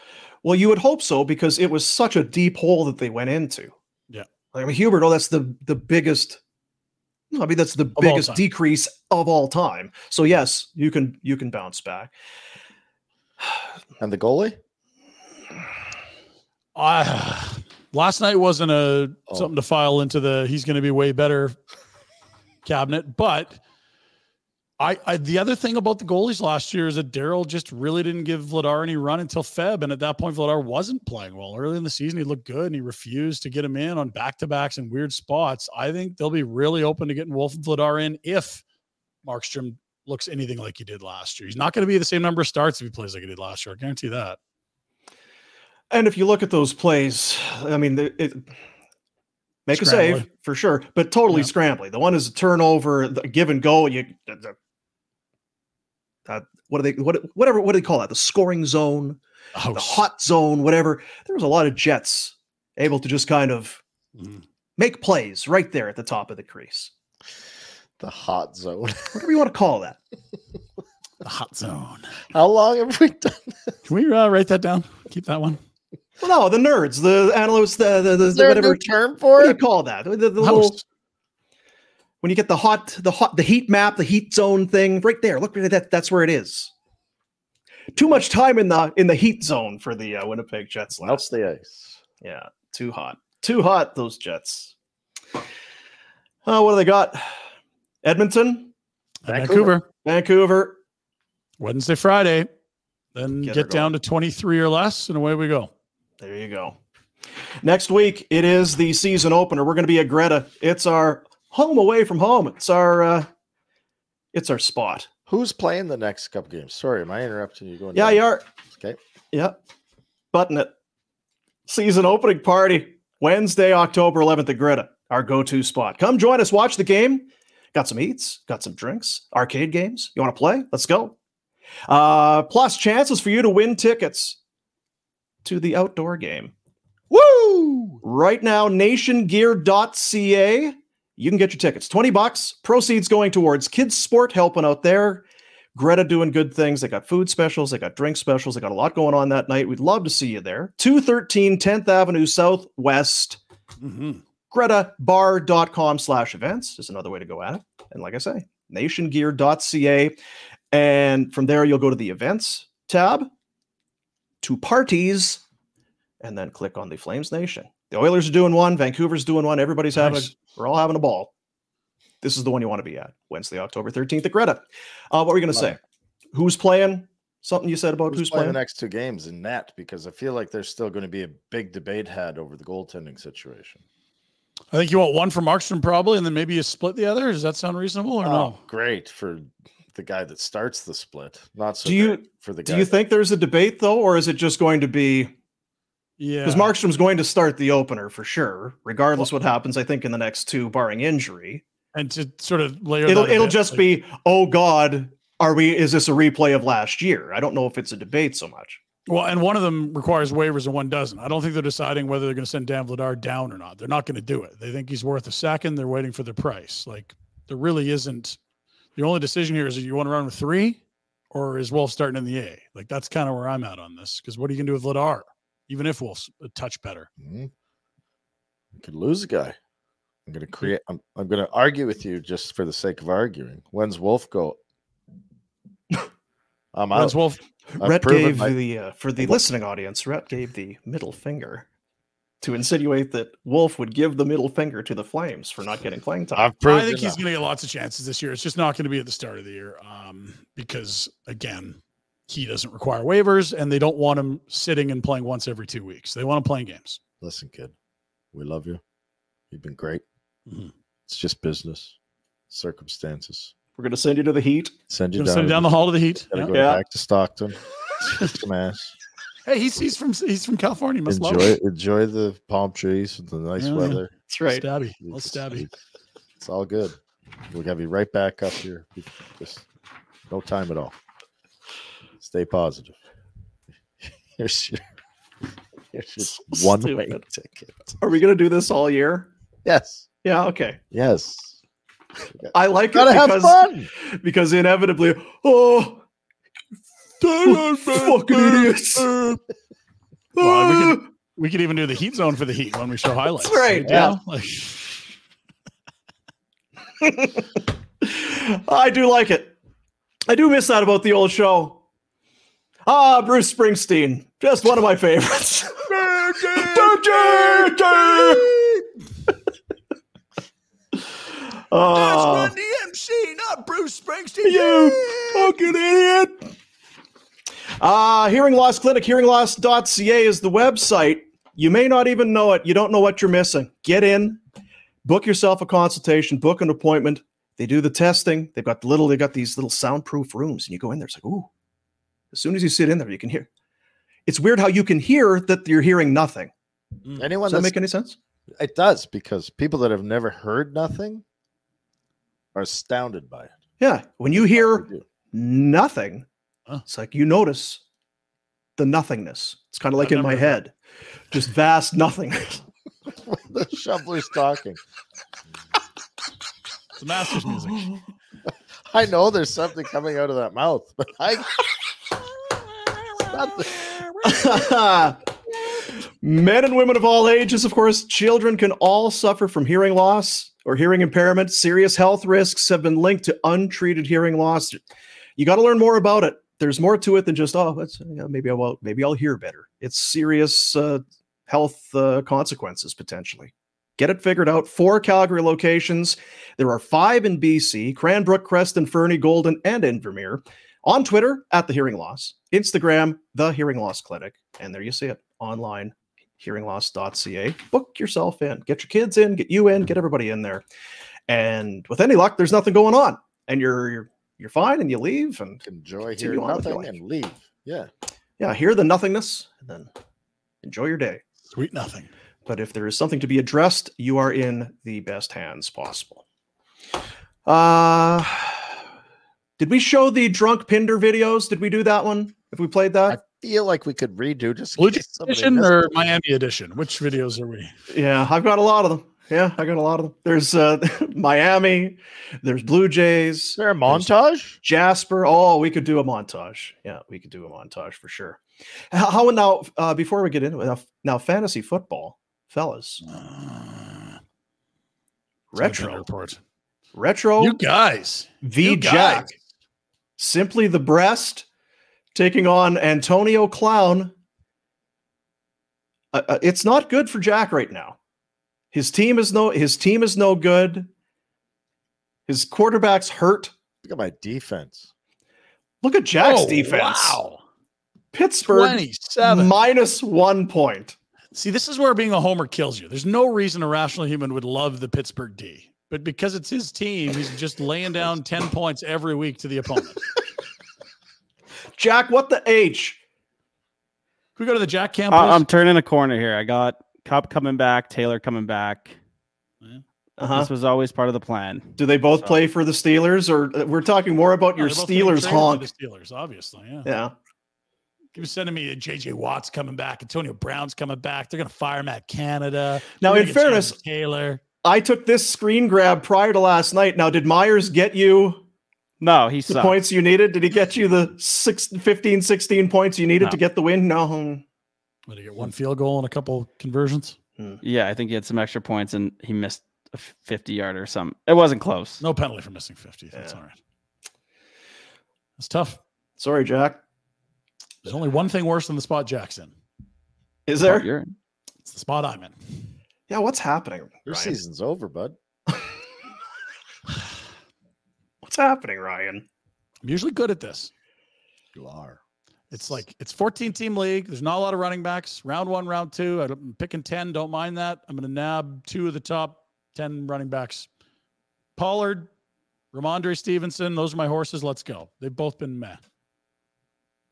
Speaker 3: Well, you would hope so because it was such a deep hole that they went into.
Speaker 5: Yeah.
Speaker 3: Like, I mean, Hubert, oh, that's the the biggest. I mean, that's the
Speaker 5: all
Speaker 3: biggest
Speaker 5: time.
Speaker 3: decrease of all time. So yes, you can you can bounce back.
Speaker 9: And the goalie?
Speaker 5: Uh, last night wasn't a
Speaker 9: Oh.
Speaker 5: something to file into the he's going to be way better cabinet, but I, I the other thing about the goalies last year is that Daryl just really didn't give Vladar any run until Feb, and at that point Vladar wasn't playing well. Early in the season, he looked good, and he refused to get him in on back to backs in weird spots. I think they'll be really open to getting Wolf and Vladar in if Markstrom looks anything like he did last year. He's not going to be the same number of starts if he plays like he did last year. I guarantee that.
Speaker 3: And if you look at those plays, I mean, the- it, make a
Speaker 5: Scrambly.
Speaker 3: save for sure, but totally
Speaker 5: Yeah.
Speaker 3: scrambly. The one is a turnover, the give and go. You that what do they what whatever what do they call that? The scoring zone.
Speaker 5: Oh,
Speaker 3: the hot zone, whatever. There was a lot of Jets able to just kind of
Speaker 5: Mhm.
Speaker 3: make plays right there at the top of the crease,
Speaker 9: The hot zone.
Speaker 3: whatever you want to call that.
Speaker 5: the hot zone.
Speaker 9: How long have we done?
Speaker 5: Can we uh, write that down? Keep that one.
Speaker 3: Well, no, the nerds, the analysts, the the, the,
Speaker 4: Is there a
Speaker 3: whatever.
Speaker 4: new term for
Speaker 3: What do you
Speaker 4: it?
Speaker 3: call that? The, the little,
Speaker 5: Host.
Speaker 3: when you get the hot, the hot, the heat map, the heat zone thing, right there. Look at that. That's where it is. Too much time in the in the heat zone for the uh, Winnipeg Jets last
Speaker 9: Off the ice.
Speaker 3: Yeah, too hot. Too hot, those Jets. Oh, what do they got? Edmonton,
Speaker 5: Vancouver.
Speaker 3: Vancouver.
Speaker 5: Wednesday, Friday. Then
Speaker 3: Get
Speaker 5: get,
Speaker 3: her
Speaker 5: down to 23 or less, and away we go.
Speaker 3: There you go. Next week, it is the season opener. We're going to be at Greta. It's our home away from home. It's our uh, it's our spot.
Speaker 9: Who's playing the next cup games? Sorry, am I interrupting you? Going
Speaker 3: Yeah,
Speaker 9: down?
Speaker 3: you are.
Speaker 9: Okay.
Speaker 3: Yep. Button it. Season opening party Wednesday, October 11th at Greta, our go to spot. Come join us, watch the game. Got some eats, got some drinks, arcade games. You want to play? Let's go. Uh, plus, chances for you to win tickets to the outdoor game. Woo! Right now, nationgear.ca. You can get your tickets. 20 bucks. Proceeds going towards kids' sport helping out there. Greta doing good things. They got food specials, they got drink specials, they got a lot going on that night. We'd love to see you there. 213 10th Avenue Southwest. GretaBar.com slash events is another way to go at it. And like I say, nationgear.ca. And from there, you'll go to the events tab, to parties, and then click on the Flames Nation. The Oilers are doing one, Vancouver's doing one, everybody's having,
Speaker 5: Nice.
Speaker 3: a, we're all having a ball. This is the one you want to be at Wednesday, October 13th at Greta. Uh, what were you going to
Speaker 9: Love
Speaker 3: say? Who's playing? Something you said about
Speaker 9: Who's,
Speaker 3: who's,
Speaker 9: playing
Speaker 3: playing?
Speaker 9: the next two games in net? Because I feel like there's still going to be a big debate had over the goaltending situation.
Speaker 5: I think you want one for Markstrom probably, and then maybe you split the other. Does that sound reasonable or
Speaker 3: Oh.
Speaker 5: no?
Speaker 9: Oh, great for the guy that starts the split. Not so
Speaker 3: Do you-
Speaker 9: great for the guy.
Speaker 3: Do you
Speaker 9: that-
Speaker 3: think there's a debate though, or is it just going to be
Speaker 5: Yeah.
Speaker 3: because Markstrom's going to start the opener for sure, regardless what happens? I think in the next two, barring injury,
Speaker 5: and to sort of layer
Speaker 3: it'll
Speaker 5: that a
Speaker 3: it'll
Speaker 5: bit,
Speaker 3: just
Speaker 5: like,
Speaker 3: be oh god, are we? Is this a replay of last year? I don't know if it's a debate so much.
Speaker 5: well, and one of them requires waivers and one doesn't. I don't think they're deciding whether they're going to send Dan Vladar down or not. They're not going to do it. They think he's worth a second. They're waiting for the price. Like there really isn't. The only decision here is that you want to run with three, or is Wolf starting in the A? Like that's kind of where I'm at on this. Because what are you going to do with Vladar, even if Wolf's a touch better?
Speaker 9: Mhm. You could lose a guy. I'm going to create. I'm, I'm going to argue with you just for the sake of arguing. When's Wolf go? I'm
Speaker 3: Reds
Speaker 9: out.
Speaker 3: Wolf.
Speaker 9: I've
Speaker 3: Rhett
Speaker 9: proven
Speaker 3: gave
Speaker 9: my-
Speaker 3: the uh, for the listening audience. Rhett gave the middle finger to insinuate that Wolf would give the middle finger to the Flames for not getting playing time.
Speaker 9: I've
Speaker 5: I think he's going to get lots of chances this year. It's just not going to be at the start of the year um, because, again, he doesn't require waivers and they don't want him sitting and playing once every two weeks. They want him playing games.
Speaker 9: Listen, kid, we love you. You've been great.
Speaker 3: Mm-hmm.
Speaker 5: Mhm.
Speaker 9: It's just business, circumstances.
Speaker 3: We're going to send you to the Heat.
Speaker 9: Send you
Speaker 5: Gonna
Speaker 9: down,
Speaker 5: send him down the hall to the Heat.
Speaker 9: Gotta
Speaker 5: Yeah.
Speaker 9: go
Speaker 3: Yeah.
Speaker 9: back to Stockton. Kick some ass.
Speaker 5: Hey, he's, he's from he's from California. He must
Speaker 9: Enjoy
Speaker 5: love it.
Speaker 9: enjoy the palm trees and the nice
Speaker 5: Yeah.
Speaker 9: weather.
Speaker 3: That's right.
Speaker 5: Stabby.
Speaker 9: It's-
Speaker 5: Let's stabby.
Speaker 9: It's all good. We're gonna be right back up here. Just no time at all. Stay positive. Here's your, here's your one way
Speaker 3: Stupid.
Speaker 9: ticket.
Speaker 3: Are we going to do this all year?
Speaker 9: Yes.
Speaker 3: Yeah. Okay.
Speaker 9: Yes.
Speaker 3: I like it
Speaker 9: Gotta have
Speaker 3: because
Speaker 9: fun.
Speaker 3: because inevitably, oh, fucking idiots.
Speaker 5: Well, we
Speaker 3: Ah.
Speaker 5: We could even do the heat zone for the heat when we show highlights.
Speaker 3: That's right.
Speaker 5: You know? Like,
Speaker 3: I do like it. I do miss that about the old show. Ah, Bruce Springsteen, just one of my favorites. Ah,
Speaker 5: DMC, not Bruce Springsteen.
Speaker 3: you fucking idiot! Uh, hearing loss clinic, hearingloss.ca is the website. You may not even know it. You don't know what you're missing. Get in, book yourself a consultation, book an appointment. They do the testing. They've got the little, they've got these little soundproof rooms, and you go in there. It's like, ooh. As soon as you sit in there, you can hear. It's weird how you can hear that you're hearing nothing.
Speaker 9: Anyone
Speaker 5: Mm.
Speaker 3: Does that
Speaker 9: that's
Speaker 3: make any sense?
Speaker 9: It does because people that have never heard nothing are astounded by it.
Speaker 3: Yeah. When you
Speaker 9: They
Speaker 3: hear
Speaker 9: do.
Speaker 3: nothing,
Speaker 5: Huh.
Speaker 3: it's like you notice the nothingness. It's kind of like
Speaker 5: I've
Speaker 3: in my
Speaker 5: never heard
Speaker 3: head, just vast nothing.
Speaker 9: the shoveler's talking.
Speaker 5: It's the Masters music.
Speaker 9: I know there's something coming out of that mouth, but I. It's not the-
Speaker 3: Men and women of all ages, of course, children can all suffer from hearing loss or hearing impairment. Serious health risks have been linked to untreated hearing loss. You got to learn more about it. There's more to it than just oh, that's, yeah, maybe I will, maybe I'll hear better. It's serious uh, health uh, consequences potentially. Get it figured out. Four Calgary locations. There are five in BC: Cranbrook, Creston, Fernie, Golden, and Invermere. On Twitter at the Hearing Loss, Instagram the Hearing Loss Clinic, and there you see it online hearingloss.ca. Book yourself in, get your kids in, get you in, get everybody in there. And with any luck, there's nothing going on, and you're you're, you're fine, and you leave, and
Speaker 9: Enjoy
Speaker 3: Continue
Speaker 9: hearing
Speaker 3: on with
Speaker 9: nothing
Speaker 3: your life.
Speaker 9: and leave. Yeah.
Speaker 3: yeah, hear the nothingness, and then enjoy your day.
Speaker 5: Sweet nothing.
Speaker 3: but if there is something to be addressed, you are in the best hands possible. Uh, did we show the drunk Pinder videos? Did we do that one? If we played
Speaker 9: I
Speaker 3: that,
Speaker 9: feel like we could redo just in
Speaker 5: Blue
Speaker 9: case
Speaker 5: Jays
Speaker 9: somebody
Speaker 5: edition
Speaker 9: missed
Speaker 5: or
Speaker 9: it.
Speaker 5: Miami edition? Which videos are we?
Speaker 3: yeah, I've got a lot of them. Yeah, I got a lot of them. There's uh, Miami, there's Blue Jays,
Speaker 9: Is there a montage?
Speaker 3: Jasper. Oh, we could do a montage. Yeah, we could do a montage for sure. How, how now? Uh, before we get into it, now- now fantasy football, fellas,
Speaker 5: Uh,
Speaker 3: retro,
Speaker 5: report.
Speaker 3: retro,
Speaker 5: You guys.
Speaker 3: Oh. the
Speaker 5: you
Speaker 3: Jack.
Speaker 5: guys.
Speaker 3: Simply the breast taking on Antonio Clown. Uh, uh, it's not good for Jack right now. His team is no his team is no good. His quarterback's hurt.
Speaker 9: Look at my defense.
Speaker 3: Look at Jack's
Speaker 5: Oh,
Speaker 3: defense.
Speaker 5: Wow.
Speaker 3: Pittsburgh
Speaker 5: 27.
Speaker 3: minus one point.
Speaker 5: See, this is where being a homer kills you. There's no reason a rational human would love the Pittsburgh D, but because it's his team, he's just laying down 10 points every week to the opponent. Can
Speaker 3: Jack, what the H?
Speaker 5: we go to the Jack Camp?
Speaker 10: I- I'm
Speaker 5: list?
Speaker 10: turning a corner here. I got Cup coming back, Taylor coming back.
Speaker 3: Uh-huh.
Speaker 10: This was always part of the plan.
Speaker 3: Do they both play for the Steelers, or uh, we're talking more about
Speaker 5: Yeah,
Speaker 3: your
Speaker 5: Oh, they're both getting
Speaker 3: Steelers
Speaker 5: traded to
Speaker 3: honk?
Speaker 5: The Steelers, obviously. Yeah.
Speaker 3: Yeah,
Speaker 5: Keep sending me a JJ Watts coming back, Antonio Brown's coming back. They're going to fire Matt Canada.
Speaker 3: Now,
Speaker 5: They're
Speaker 3: in
Speaker 5: gonna get
Speaker 3: fairness-
Speaker 5: Jonathan Taylor.
Speaker 3: I took this screen grab prior to last night. Now, did Myers get you?
Speaker 10: No, he
Speaker 3: the
Speaker 10: sucked.
Speaker 3: points you needed? Did he get you the six, 15, 16 points you needed
Speaker 10: No.
Speaker 3: to get the win? No. hmm.
Speaker 5: What do you get? One field goal and a couple conversions?
Speaker 10: Yeah, I think he had some extra points and he missed a 50 yarder or something. It wasn't close.
Speaker 5: No penalty for missing 50. That's
Speaker 3: Yeah.
Speaker 5: all right. That's tough.
Speaker 3: Sorry, Jack.
Speaker 5: There's only one thing worse than the spot Jackson.
Speaker 3: Is there?
Speaker 5: It's the spot I'm in.
Speaker 3: Yeah, what's happening?
Speaker 9: Your season's over, bud.
Speaker 3: What's happening, Ryan?
Speaker 5: I'm usually good at this.
Speaker 9: You are.
Speaker 5: It's like it's 14 team league. There's not a lot of running backs. Round one, round two. I'm picking 10. Don't mind that. I'm going to nab two of the top 10 running backs. Pollard, Ramondre Stevenson. Those are my horses. Let's go. They've both been meh.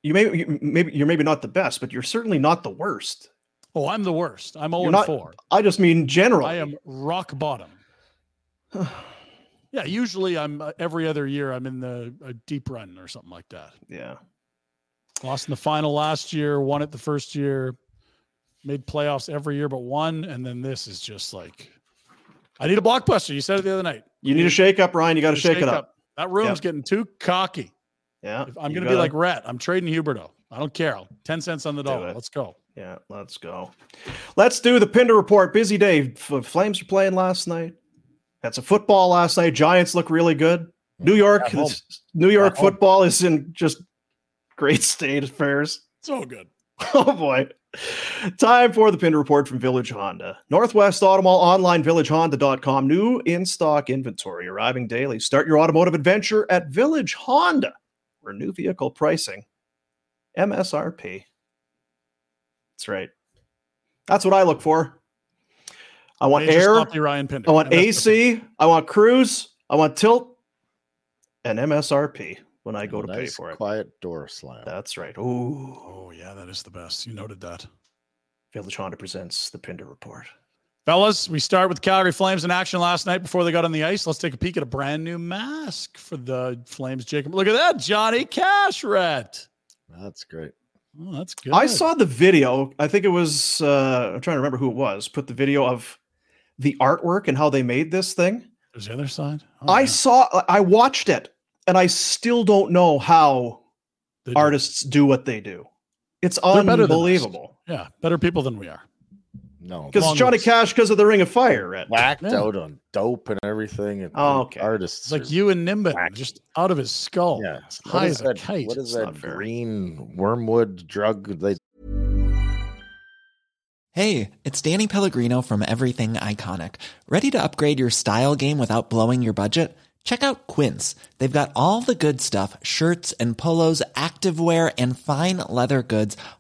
Speaker 3: You may you, maybe you're maybe not the best, but you're certainly not the worst.
Speaker 5: Oh, I'm the worst. I'm 0
Speaker 3: You're
Speaker 5: and
Speaker 3: not-
Speaker 5: 4.
Speaker 3: I just mean general.
Speaker 5: I am rock bottom. yeah, usually I'm uh, every other year I'm in the a deep run or something like that.
Speaker 3: Yeah.
Speaker 5: Lost in the final last year, won it the first year, made playoffs every year but one, and then this is just like I need a blockbuster. You said it the other night.
Speaker 3: You need a shake up, Ryan. You got to
Speaker 5: Need a
Speaker 3: shake it up.
Speaker 5: That room's
Speaker 3: Yep.
Speaker 5: getting too cocky.
Speaker 3: Yeah.
Speaker 5: If I'm
Speaker 3: you
Speaker 5: going to be
Speaker 3: gotta-
Speaker 5: like Rhett. I'm trading Huberto. I don't care. 10 cents on the dollar.
Speaker 3: it.
Speaker 5: Let's go.
Speaker 3: Yeah, let's go. Let's do the Pinder report. Busy day. F- Flames were playing last night. Had some football last night. Giants look really good. New York,
Speaker 5: At home.
Speaker 3: is- New York
Speaker 5: At home.
Speaker 3: football is in just great state of affairs.
Speaker 5: It's all good.
Speaker 3: Oh boy. Time for the Pinder Report from Village Honda. Northwest Automall online, villagehonda.com. New in stock inventory arriving daily. Start your automotive adventure at Village Honda, where new vehicle pricing, MSRP. That's right. That's what I look for. I want
Speaker 5: Major
Speaker 3: air.
Speaker 5: sloppy Ryan Pinder.
Speaker 3: I want
Speaker 5: MSRP.
Speaker 3: AC. I want cruise. I want tilt and MSRP when
Speaker 4: Oh,
Speaker 3: I go to pay
Speaker 9: nice
Speaker 3: for it.
Speaker 9: Quiet door slam.
Speaker 3: That's right. Ooh.
Speaker 5: Oh, yeah, that is the best. You noted that.
Speaker 3: Village Honda presents the Pinder Report.
Speaker 5: Fellas, we start with Calgary Flames in action last night before they got on the ice. Let's take a peek at a brand new mask for the Flames. Jacob, look at that, Johnny Cash Rat.
Speaker 9: That's great.
Speaker 5: Oh, that's good.
Speaker 3: I saw the video. I think it was uh, I'm trying to remember who it was. Put the video of the artwork and how they made this thing.
Speaker 5: There's the other side. Oh,
Speaker 3: I
Speaker 5: yeah.
Speaker 3: saw. I watched it, and I still don't know how
Speaker 5: They do.
Speaker 3: artists do. what they do. It's
Speaker 5: They're better than us.
Speaker 3: unbelievable.
Speaker 5: Yeah, better people than we are.
Speaker 9: No,
Speaker 3: Because
Speaker 5: Long
Speaker 3: Johnny
Speaker 5: list.
Speaker 3: Cash, because of the Ring of Fire, right?
Speaker 9: whacked
Speaker 5: Yeah.
Speaker 9: out on dope and everything. And
Speaker 3: Oh, okay.
Speaker 9: artists
Speaker 5: It's like
Speaker 9: are-
Speaker 5: you and Nimbin, just out of his skull.
Speaker 9: Yeah.
Speaker 5: It's
Speaker 9: What
Speaker 5: high
Speaker 9: is
Speaker 5: as a
Speaker 9: that?
Speaker 5: kite.
Speaker 9: What is
Speaker 5: It's
Speaker 9: that
Speaker 5: not fair.
Speaker 9: green wormwood drug? They
Speaker 11: Hey, it's Danny Pellegrino from Everything Iconic. Ready to upgrade your style game without blowing your budget? Check out Quince. They've got all the good stuff shirts and polos, activewear, and fine leather goods,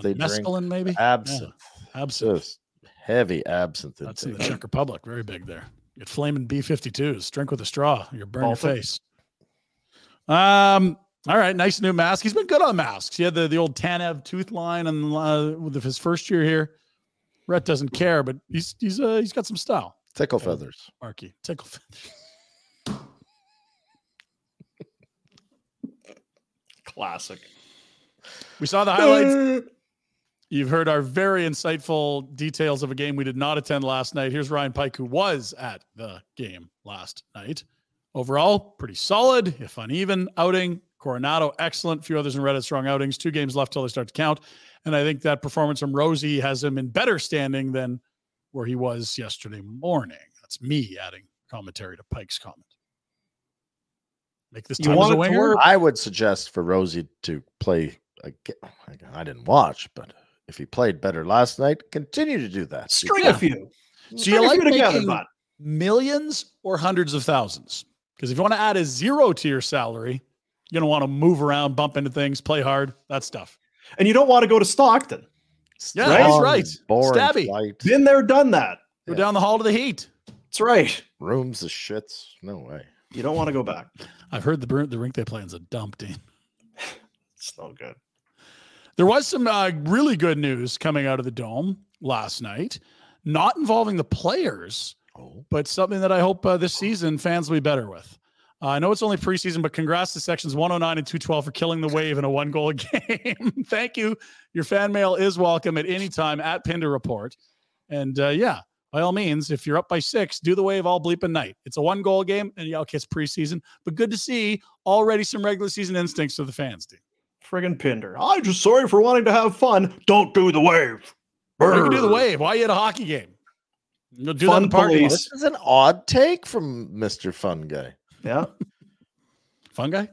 Speaker 9: they
Speaker 5: mescaline,
Speaker 9: drink
Speaker 5: maybe? Yeah,
Speaker 9: absinthe.
Speaker 5: absinthe.
Speaker 9: Just heavy absinthe.
Speaker 5: That's in
Speaker 9: intake.
Speaker 5: the Czech Republic. Very big there. Get flaming B-52s. Drink with a straw. You're burning your
Speaker 9: Baltic.
Speaker 5: face. Um. All right. Nice new mask. He's been good on masks. He had the, the old Tanev tooth line and uh, with his first year here. Rhett doesn't care, but he's he's uh, he's got some style.
Speaker 9: Tickle
Speaker 5: Uh,
Speaker 9: feathers.
Speaker 5: Marky tickle. feathers.
Speaker 3: Classic.
Speaker 5: We saw the highlights. You've heard our very insightful details of a game we did not attend last night. Here's Ryan Pike, who was at the game last night. Overall, pretty solid, if uneven, outing. Coronado, excellent. few others in red at strong outings. Two games left till they start to count. And I think that performance from Rosie has him in better standing than where he was yesterday morning. That's me adding commentary to Pike's comment. Make this time as a winger.
Speaker 9: I would suggest for Rosie to play. aga- I didn't watch, but if he played better last night, continue to do that.
Speaker 5: String a few. So
Speaker 9: String
Speaker 5: you
Speaker 9: a
Speaker 5: like
Speaker 9: few together,
Speaker 5: making
Speaker 9: bud.
Speaker 5: millions or hundreds of thousands? Because if you want to add a zero to your salary, you're gonna want to move around, bump into things, play hard, that stuff.
Speaker 3: And you don't want to go to Stockton.
Speaker 5: Yeah, that's right. Stabby.
Speaker 3: Been there, done that.
Speaker 5: Go down the hall to the heat.
Speaker 3: That's right.
Speaker 9: Rooms the shits. No way.
Speaker 3: You don't want to go back.
Speaker 5: I've heard the br- the rink they play in's a dump, Dean.
Speaker 3: It's no good.
Speaker 5: There was some uh, really good news coming out of the dome last night, not involving the players, but something that I hope uh, this season fans will be better with. Uh, I know it's only preseason, but congrats to sections 109 and 212 for killing the wave in a one goal game. Thank you. Your fan mail is welcome at any time at Pinder Report. And uh, yeah, by all means, if you're up by six, do the wave all bleeping night. It's a one goal game, and yeah, okay, it's preseason, but good to see already some regular season instincts to the fans, dude.
Speaker 3: Friggin' Pinder. I'm just sorry for wanting to have fun. Don't do the wave.
Speaker 5: You can do the wave. Why are you at a hockey game? You'll do that in the parking lot.
Speaker 9: This is an odd take from Mr. Fun Guy.
Speaker 3: Yeah.
Speaker 5: Fun guy?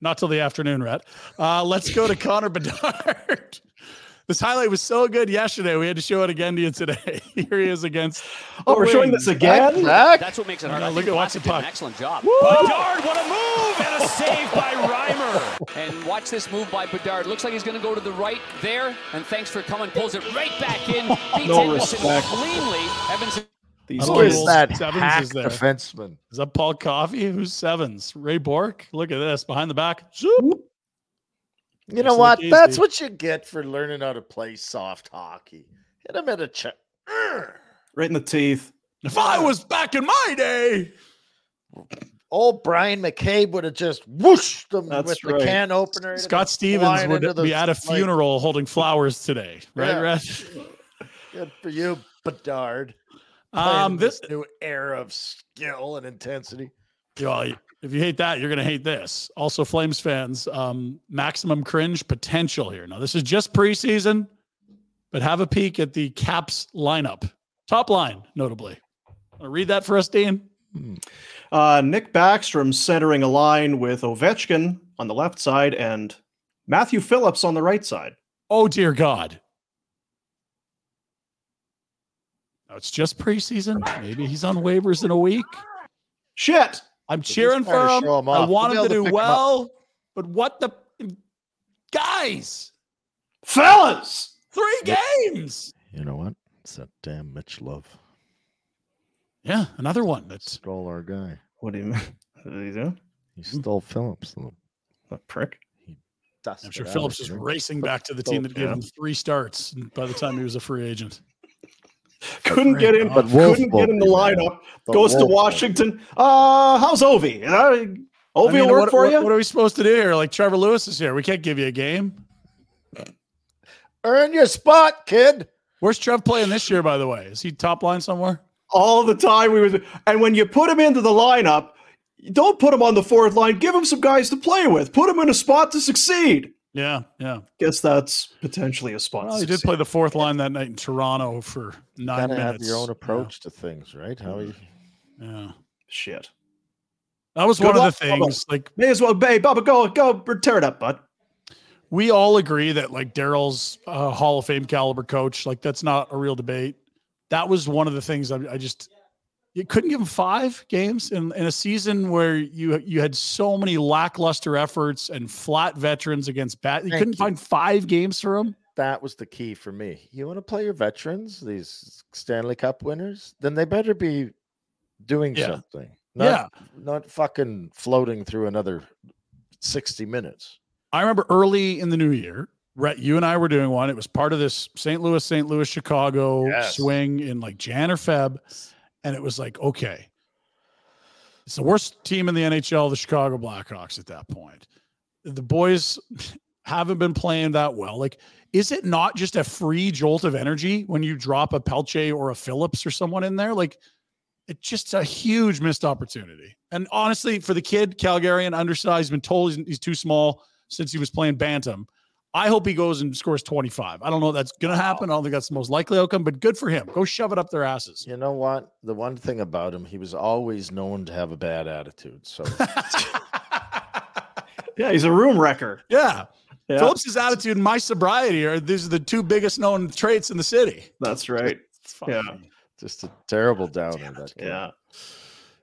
Speaker 5: Not till the afternoon, Rat. Uh, let's go to Connor Bedard. this highlight was so good yesterday. We had to show it again to you today. Here he is against.
Speaker 3: Oh,
Speaker 5: the
Speaker 3: we're showing
Speaker 5: Wings.
Speaker 3: this again?
Speaker 12: That's what makes it
Speaker 5: No,
Speaker 12: hard.
Speaker 5: no,
Speaker 12: I
Speaker 5: look
Speaker 12: think
Speaker 5: at watch the
Speaker 12: Vlasic did an
Speaker 5: puck.
Speaker 12: excellent job.
Speaker 5: Woo!
Speaker 12: Bedard, what a move and a save by Reimer. And watch this move by Bedard. Looks like he's going to go to the right there. And thanks for coming. Pulls it right back in. Beats
Speaker 5: No
Speaker 12: Edmondson
Speaker 5: respect.
Speaker 12: cleanly. Evans.
Speaker 5: These
Speaker 9: Who is
Speaker 5: old
Speaker 9: that
Speaker 5: Sevens
Speaker 9: hack
Speaker 5: is there.
Speaker 9: defenseman?
Speaker 5: Is that Paul Coffey? Who's sevens? Ray Bork? Look at this behind the back. Zoop.
Speaker 9: You know
Speaker 5: Excellent
Speaker 9: what?
Speaker 5: gaze,
Speaker 9: That's
Speaker 5: dude.
Speaker 9: what you get for learning how to play soft hockey. Hit him at a check.
Speaker 3: Right in the teeth.
Speaker 5: If I was back in my day,
Speaker 4: old Brian McCabe would have just whooshed them
Speaker 5: That's
Speaker 4: with
Speaker 5: right.
Speaker 4: the can opener.
Speaker 5: Scott Stevens
Speaker 4: flying
Speaker 5: would
Speaker 4: into the
Speaker 5: be at a
Speaker 4: slice.
Speaker 5: funeral holding flowers today, right,
Speaker 4: Yeah.
Speaker 5: Rat?
Speaker 4: Good for you, Bedard. Playing
Speaker 5: Um, this
Speaker 4: new era of skill and intensity.
Speaker 5: Yeah, if you hate that, you're going to hate this. Also, Flames fans, um, maximum cringe potential here. Now, this is just preseason, but have a peek at the Caps lineup. Top line, notably. Wanna read that for us, Dean.
Speaker 3: Uh, Nick Backstrom centering a line with Ovechkin on the left side and Matthew Phillips on the right side.
Speaker 5: Oh, dear God. Now, it's just preseason. Maybe he's on waivers in a week.
Speaker 3: Shit.
Speaker 5: I'm
Speaker 3: trying
Speaker 5: cheering for
Speaker 3: to
Speaker 5: him.
Speaker 3: show him
Speaker 5: I
Speaker 3: off.
Speaker 5: want
Speaker 3: We'll
Speaker 5: him
Speaker 3: be
Speaker 5: to
Speaker 3: able
Speaker 5: do
Speaker 3: to pick him up.
Speaker 5: well, but what the guys?
Speaker 3: Fellas,
Speaker 5: three games.
Speaker 9: You know what? It's that damn Mitch Love.
Speaker 5: Yeah, another one that
Speaker 9: stole our guy.
Speaker 3: What do you mean? What did he do?
Speaker 9: He
Speaker 5: Mm-hmm.
Speaker 9: stole Phillips. The,
Speaker 3: prick.
Speaker 5: I'm sure Phillips is racing back to the team that gave him three starts by the time he was a free agent.
Speaker 3: Couldn't get in,
Speaker 5: But
Speaker 3: couldn't
Speaker 5: Wolf
Speaker 3: get in the lineup.
Speaker 5: The
Speaker 3: Goes to
Speaker 5: Wolf Bowl.
Speaker 3: Washington. Uh, how's Ovi? Uh, Ovi
Speaker 5: I mean,
Speaker 3: will work
Speaker 5: what-
Speaker 3: for
Speaker 5: what-
Speaker 3: you.
Speaker 5: What are we supposed to do here? Like Trevor Lewis is here. We can't give you a game.
Speaker 4: Earn your spot, kid.
Speaker 5: Where's Trev playing this year, by the way? Is he top line somewhere?
Speaker 3: all the time. We was, and when you put him into the lineup, don't put him on the fourth line. Give him some guys to play with. Put him in a spot to succeed.
Speaker 5: Yeah, yeah.
Speaker 3: Guess that's potentially a spot.
Speaker 5: Well,
Speaker 3: to
Speaker 5: he did
Speaker 3: succeed.
Speaker 5: play the fourth line that night in Toronto for nine
Speaker 9: Gotta
Speaker 5: minutes.
Speaker 9: have your own
Speaker 5: Yeah, Mm-hmm.
Speaker 9: approach to things, right? How you
Speaker 5: Yeah.
Speaker 3: Shit.
Speaker 5: That was
Speaker 3: Good
Speaker 5: one of the
Speaker 3: luck, Bubba.
Speaker 5: things. Like
Speaker 3: may as well, babe, Bubba, go, go, tear it up, bud.
Speaker 5: we all agree that like Daryl's a Hall of Fame caliber coach. Like that's not a real debate. That was one of the things I, I just you couldn't give him five games in, in a season where you you had so many lackluster efforts and flat veterans against bat. You
Speaker 9: Thank
Speaker 5: couldn't
Speaker 9: you.
Speaker 5: find five games for him.
Speaker 9: That was the key for me. You want to play your veterans, these Stanley Cup winners, then they better be doing
Speaker 5: Yeah.
Speaker 9: something. Not, Not fucking floating through another 60 minutes.
Speaker 5: I remember early in the new year, Rhett, you and I were doing one. It was part of this St. Louis, St. Louis, Chicago
Speaker 9: Yes.
Speaker 5: swing in like Jan or Feb. And it was like, okay, it's the worst team in the NHL, the Chicago Blackhawks at that point. The boys haven't been playing that well. Like, is it not just a free jolt of energy when you drop a Pelche or a Phillips or someone in there? Like, it's just a huge missed opportunity. And honestly, for the kid, Calgarian, undersized, been told he's, he's too small since he was playing Bantam. I hope he goes and scores 25. I don't know if that's going to happen. I don't think that's the most likely outcome, but good for him. Go shove it up their asses.
Speaker 9: You know what? The one thing about him, he was always known to have a bad attitude. So
Speaker 3: Yeah, he's a room wrecker.
Speaker 5: Yeah.
Speaker 3: Yeah.
Speaker 5: Phillips's attitude and my sobriety are these are the two biggest known traits in the city.
Speaker 3: That's right. Yeah.
Speaker 9: just a terrible downer. That
Speaker 3: yeah.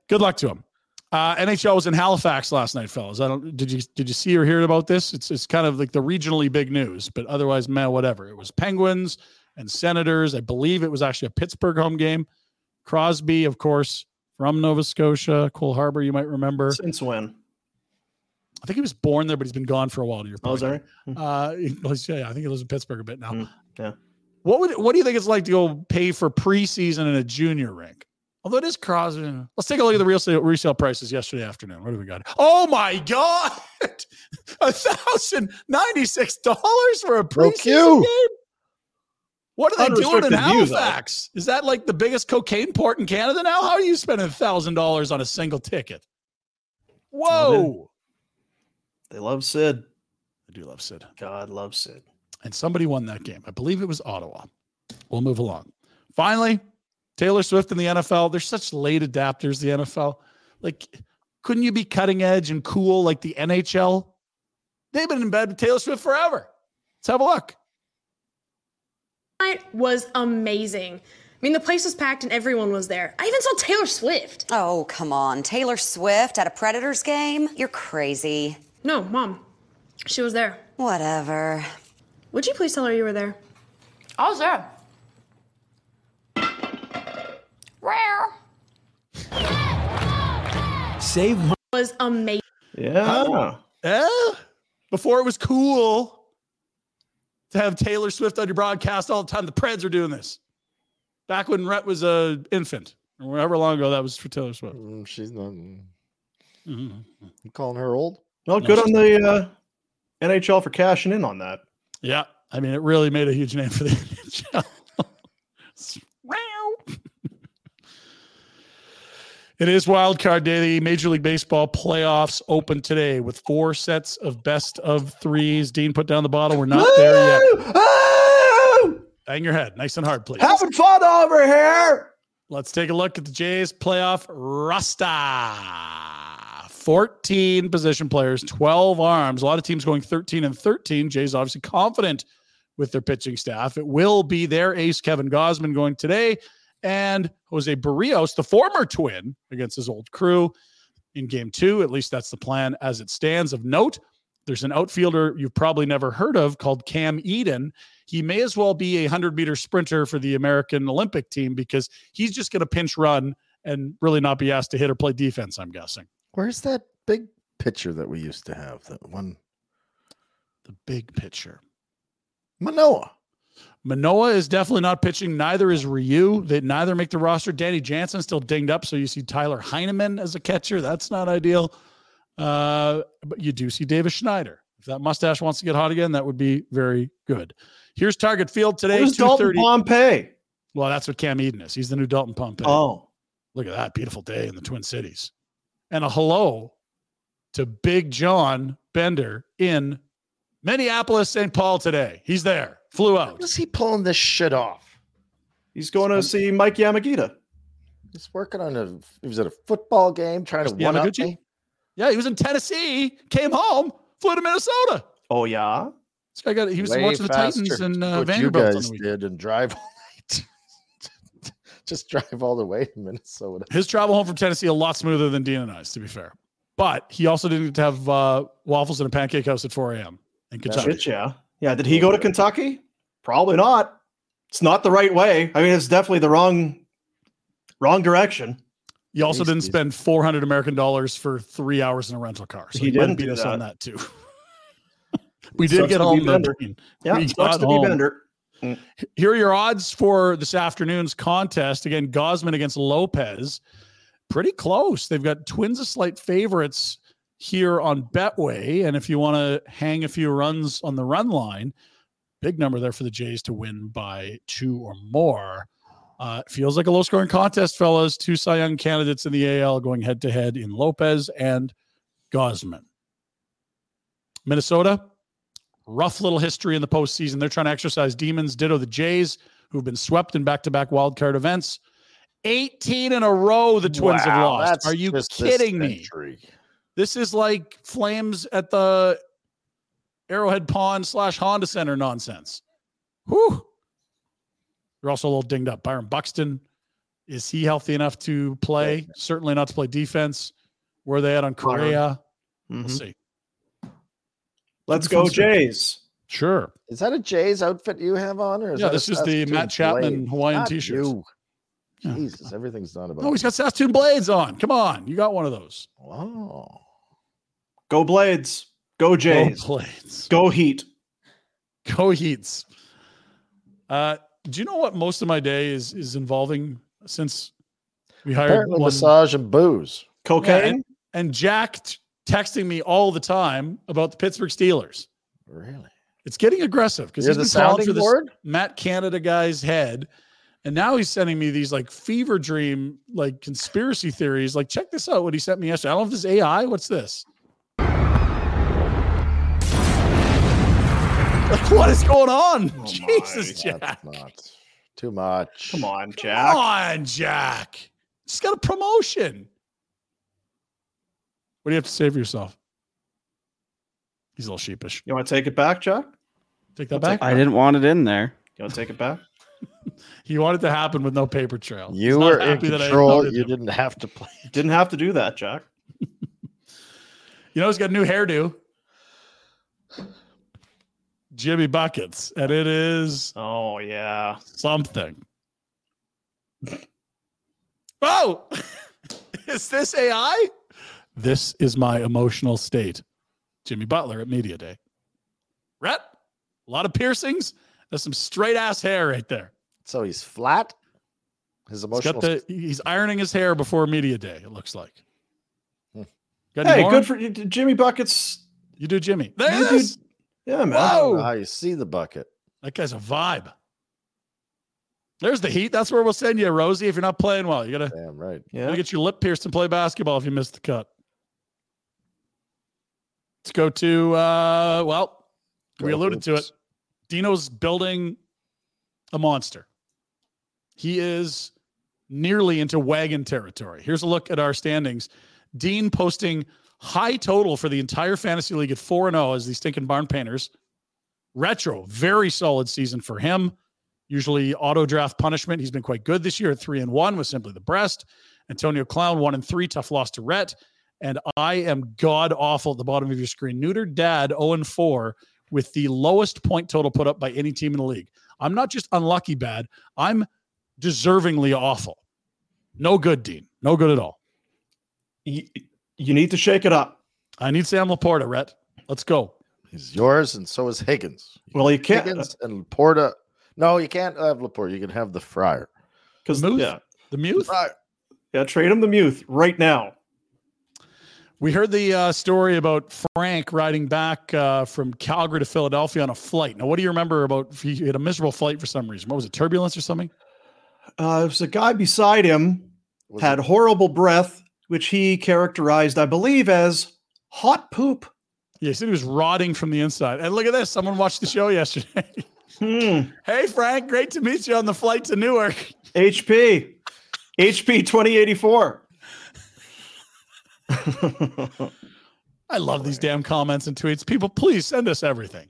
Speaker 5: Good luck to him. Uh, NHL was in Halifax last night, fellas. I don't did you did you see or hear about this? It's it's kind of like the regionally big news, but otherwise, man, whatever. It was Penguins and Senators. I believe it was actually a Pittsburgh home game. Crosby, of course, from Nova Scotia, Cole Harbor. You might remember.
Speaker 3: Since when?
Speaker 5: I think he was born there, but he's been gone for a while. To your point,
Speaker 3: Oh, sorry.
Speaker 5: Uh, he- well, he's- yeah, I think he lives in Pittsburgh a bit now.
Speaker 3: yeah.
Speaker 5: What would what do you think it's like to go pay for preseason in a junior rink? Although it is Crosby. Let's take a look at the real estate resale prices yesterday afternoon. What do we got? Oh my God, a thousand ninety six dollars for a preseason
Speaker 9: cute.
Speaker 5: game. What are they doing in
Speaker 3: Unrestricted view, though.
Speaker 5: Halifax? Is that like the biggest cocaine port in Canada now? How are you spending thousand dollars on a single ticket? Whoa!
Speaker 3: They love Sid.
Speaker 5: I do love Sid.
Speaker 3: God loves Sid.
Speaker 5: and somebody won that game. I believe it was Ottawa. We'll move along. Finally, Taylor Swift and the NFL. They're such late adapters, the NFL. Like, couldn't you be cutting edge and cool like the NHL? They've been in bed with Taylor Swift forever. Let's have a look.
Speaker 13: night was amazing. I mean, the place was packed and everyone was there. I even saw Taylor Swift.
Speaker 14: Oh, come on. Taylor Swift at a Predators game? You're crazy.
Speaker 13: No, Mom, she was there.
Speaker 14: Whatever.
Speaker 13: Would you please tell her you were there? I was there. Rare.
Speaker 5: Save
Speaker 13: Was amazing.
Speaker 3: Yeah.
Speaker 5: Yeah. Eh? Before it was cool to have Taylor Swift on your broadcast all the time. The Preds are doing this. Back when Rhett was a infant, or however long ago that was for Taylor Swift.
Speaker 9: Mm,
Speaker 5: Mm-hmm.
Speaker 9: she's not. You calling her old?
Speaker 3: Well, good on the uh, NHL for cashing in on that.
Speaker 5: Yeah, I mean, it really made a huge name for the NHL. it is Wild Card Day. The Major League Baseball playoffs open today with four sets of best of threes. Dean, put down the bottle. We're not there yet. Bang your head, nice and hard, please.
Speaker 3: Having Ah! fun over here.
Speaker 5: Let's take a look at the Jays playoff roster. 14 position players, 12 arms. A lot of teams going 13 and 13. Jays obviously confident with their pitching staff. It will be their ace, Kevin Gosman, going today, and Jose Barrios, the former twin, against his old crew in game two. At least that's the plan as it stands. Of note, there's an outfielder you've probably never heard of called Cam Eden. He may as well be a 100 meter sprinter for the American Olympic team because he's just going to pinch run and really not be asked to hit or play defense, I'm guessing.
Speaker 9: Where's that big pitcher that we used to have? That one
Speaker 5: The big pitcher.
Speaker 9: Manoa.
Speaker 5: Manoa is definitely not pitching. Neither is Ryu. They neither make the roster. Danny Jansen still dinged up, so you see Tyler Heineman as a catcher. That's not ideal. Uh, but you do see Davis Schneider. If that mustache wants to get hot again, that would be very good. Here's target field today.
Speaker 3: Where's Dalton
Speaker 5: 2:30.
Speaker 3: Pompey?
Speaker 5: Well, that's what Cam Eden is. He's the new Dalton Pompey.
Speaker 3: Oh.
Speaker 5: look at that beautiful day in the Twin Cities. And a hello to Big John Bender in Minneapolis, St. Paul today. He's there. Flew out.
Speaker 9: Is he pulling this shit off?
Speaker 3: He's going to see Mike Yamagita.
Speaker 9: He's working on a. He was at a football game trying to one up
Speaker 5: Yamaguchi?
Speaker 9: me.
Speaker 5: Yeah, he was in Tennessee, came home, flew to Minnesota.
Speaker 3: Oh yeah.
Speaker 5: This guy got he was
Speaker 9: Way
Speaker 5: watching the Titans
Speaker 9: faster
Speaker 5: and
Speaker 9: than
Speaker 5: uh,
Speaker 9: what you
Speaker 5: Vanderbilt on
Speaker 9: guys
Speaker 5: the weekend.
Speaker 9: did and drive all night. Just drive all the way to Minnesota.
Speaker 5: His travel home from Tennessee a lot smoother than Dean and I's, to be fair. But he also didn't get to have uh, waffles in a pancake house at 4 a.m. in Kentucky.
Speaker 3: Shit, yeah. Yeah. Did he go to Kentucky? Probably not. It's not the right way. I mean, it's definitely the wrong wrong direction.
Speaker 5: You also didn't spend 400 American dollars for three hours in a rental car. So
Speaker 3: He
Speaker 5: he, didn't
Speaker 3: didn't
Speaker 5: beat
Speaker 3: do
Speaker 5: us on
Speaker 3: that.
Speaker 5: that too. we did
Speaker 3: Sucks
Speaker 5: get
Speaker 3: to be
Speaker 5: home. though,
Speaker 3: Bender.
Speaker 5: Dean.
Speaker 3: Yeah,
Speaker 5: We
Speaker 3: sucks
Speaker 5: got
Speaker 3: to be
Speaker 5: home.
Speaker 3: Bender.
Speaker 5: Here are your odds for this afternoon's contest. Again, Gosman against Lopez. Pretty close. They've got twins of slight favorites here on Betway. And if you want to hang a few runs on the run line, big number there for the Jays to win by two or more. Uh, it feels like a low scoring contest, fellas. Two Cy Young candidates in the AL going head to head in Lopez and Gosman. Minnesota rough little history in the postseason. They're trying to exercise demons. Ditto the Jays, who've been swept in back-to-back wild card events. 18 in a row the Twins have
Speaker 9: Wow,
Speaker 5: lost.
Speaker 9: that's
Speaker 5: Are you
Speaker 9: just this
Speaker 5: kidding me?
Speaker 9: century.
Speaker 5: This is like flames at the Arrowhead Pond slash Honda Center nonsense. Whew. You're also a little dinged up. Byron Buxton, is he healthy enough to play? Certainly not to play defense. Where are they at on Correa?
Speaker 15: Mhm.
Speaker 5: We'll see.
Speaker 3: Let's go, Jays.
Speaker 5: Sure.
Speaker 4: Is that a Jays outfit you have on, or is
Speaker 5: Yeah,
Speaker 4: that a
Speaker 5: this is the
Speaker 4: Saskatoon
Speaker 5: Matt Chapman
Speaker 4: blade?
Speaker 5: Hawaiian
Speaker 4: Not
Speaker 5: t-shirts.
Speaker 4: you. Jesus, everything's not about.
Speaker 5: No, Oh, he's got Saskatoon Blades on. Come on. You got one of those.
Speaker 4: Wow.
Speaker 3: Go Blades. Go Jays.
Speaker 5: Go Blades.
Speaker 3: Go Heat.
Speaker 5: Go Heats. Uh, do you know what most of my day is is involving since we hired
Speaker 9: Apparently,
Speaker 5: one-
Speaker 9: massage and booze,
Speaker 5: Yeah, and, and Jack t- texting me all the time about the Pittsburgh Steelers.
Speaker 9: Really?
Speaker 5: It's getting aggressive because
Speaker 9: You're
Speaker 5: he's
Speaker 9: the
Speaker 5: been calling
Speaker 9: sounding
Speaker 5: for this
Speaker 9: board?
Speaker 5: Matt Canada guy's head. And now he's sending me these like fever dream, like conspiracy theories. Like, check this out. What he sent me yesterday. I don't know if this is AI. What's this? Like, what is going on? Jesus, Jack.
Speaker 9: too much.
Speaker 3: Come on,
Speaker 5: Come on, Jack. He's got a promotion. What do you have to say for yourself? He's a little sheepish.
Speaker 3: You want to take it back, Jack?
Speaker 5: Take that back.
Speaker 10: I didn't want it in there.
Speaker 3: You want to take it back?
Speaker 5: He wanted to happen with no paper trail. He's
Speaker 9: You
Speaker 5: not
Speaker 9: were in
Speaker 5: happy that I
Speaker 9: control.
Speaker 5: invited
Speaker 9: You
Speaker 5: him.
Speaker 9: didn't have to play.
Speaker 3: Didn't have to do that, Jack.
Speaker 5: You know, he's got a new hairdo. Jimmy Buckets. And it is
Speaker 3: Oh yeah.
Speaker 5: something. Oh, is this AI? This is my emotional state. Jimmy Butler at Media Day. Rhett, a lot of piercings. That's some straight ass hair right there.
Speaker 9: So he's flat. His
Speaker 5: He's got
Speaker 9: emotional.
Speaker 5: the he's ironing his hair before media day. It looks like. Got any
Speaker 3: Hey,
Speaker 5: more?
Speaker 3: good for Jimmy Buckets.
Speaker 5: you, do Jimmy.
Speaker 3: you
Speaker 5: There
Speaker 3: do-
Speaker 5: it is.
Speaker 3: Yeah, man.
Speaker 9: I don't know
Speaker 5: Whoa.
Speaker 9: how you see the bucket.
Speaker 5: That guy's a vibe. There's the heat. That's where we'll send you, Rosie. If you're not playing well, you gotta,
Speaker 9: Damn right.
Speaker 5: you gotta get your lip pierced and play basketball if you miss the cut. Let's go to uh well, we
Speaker 9: Go
Speaker 5: alluded to it.
Speaker 9: Hoops.
Speaker 5: Dino's building a monster. He is nearly into wagon territory. Here's a look at our standings. Dean posting high total for the entire fantasy league at 4 and 0 as the stinking barn painters. Retro, very solid season for him. Usually auto draft punishment. He's been quite good this year at 3 and 1 with simply the breast. Antonio Clown 1 and 3 tough loss to Rhett. And I am god awful at the bottom of your screen. Neutered Dad 0 and 4 with the lowest point total put up by any team in the league. I'm not just unlucky bad, I'm deservingly awful. No good, Dean. No good at all.
Speaker 3: You, you need to shake it up.
Speaker 5: I need Sam Laporta, Rhett. Let's go.
Speaker 9: He's yours, and so is Higgins.
Speaker 3: Well, you can't
Speaker 9: Higgins and Laporta. No, you can't have Laporta. You can have the Friar.
Speaker 3: because
Speaker 5: Muth?
Speaker 3: uh, yeah,
Speaker 5: The Muth?
Speaker 3: yeah. Trade him the Muth right now.
Speaker 5: We heard the uh, story about Frank riding back uh, from Calgary to Philadelphia on a flight. Now, what do you remember about? He had a miserable flight for some reason. What was it? Turbulence or something?
Speaker 3: Uh, there was a guy beside him had horrible breath, which he characterized, I believe, as hot poop.
Speaker 5: Yeah, he said he was rotting from the inside. And look at this. Someone watched the show yesterday.
Speaker 3: Hmm.
Speaker 5: hey, Frank, great to meet you on the flight to Newark.
Speaker 3: HP, HP twenty eighty four.
Speaker 5: I love these damn comments and tweets. People, please send us everything.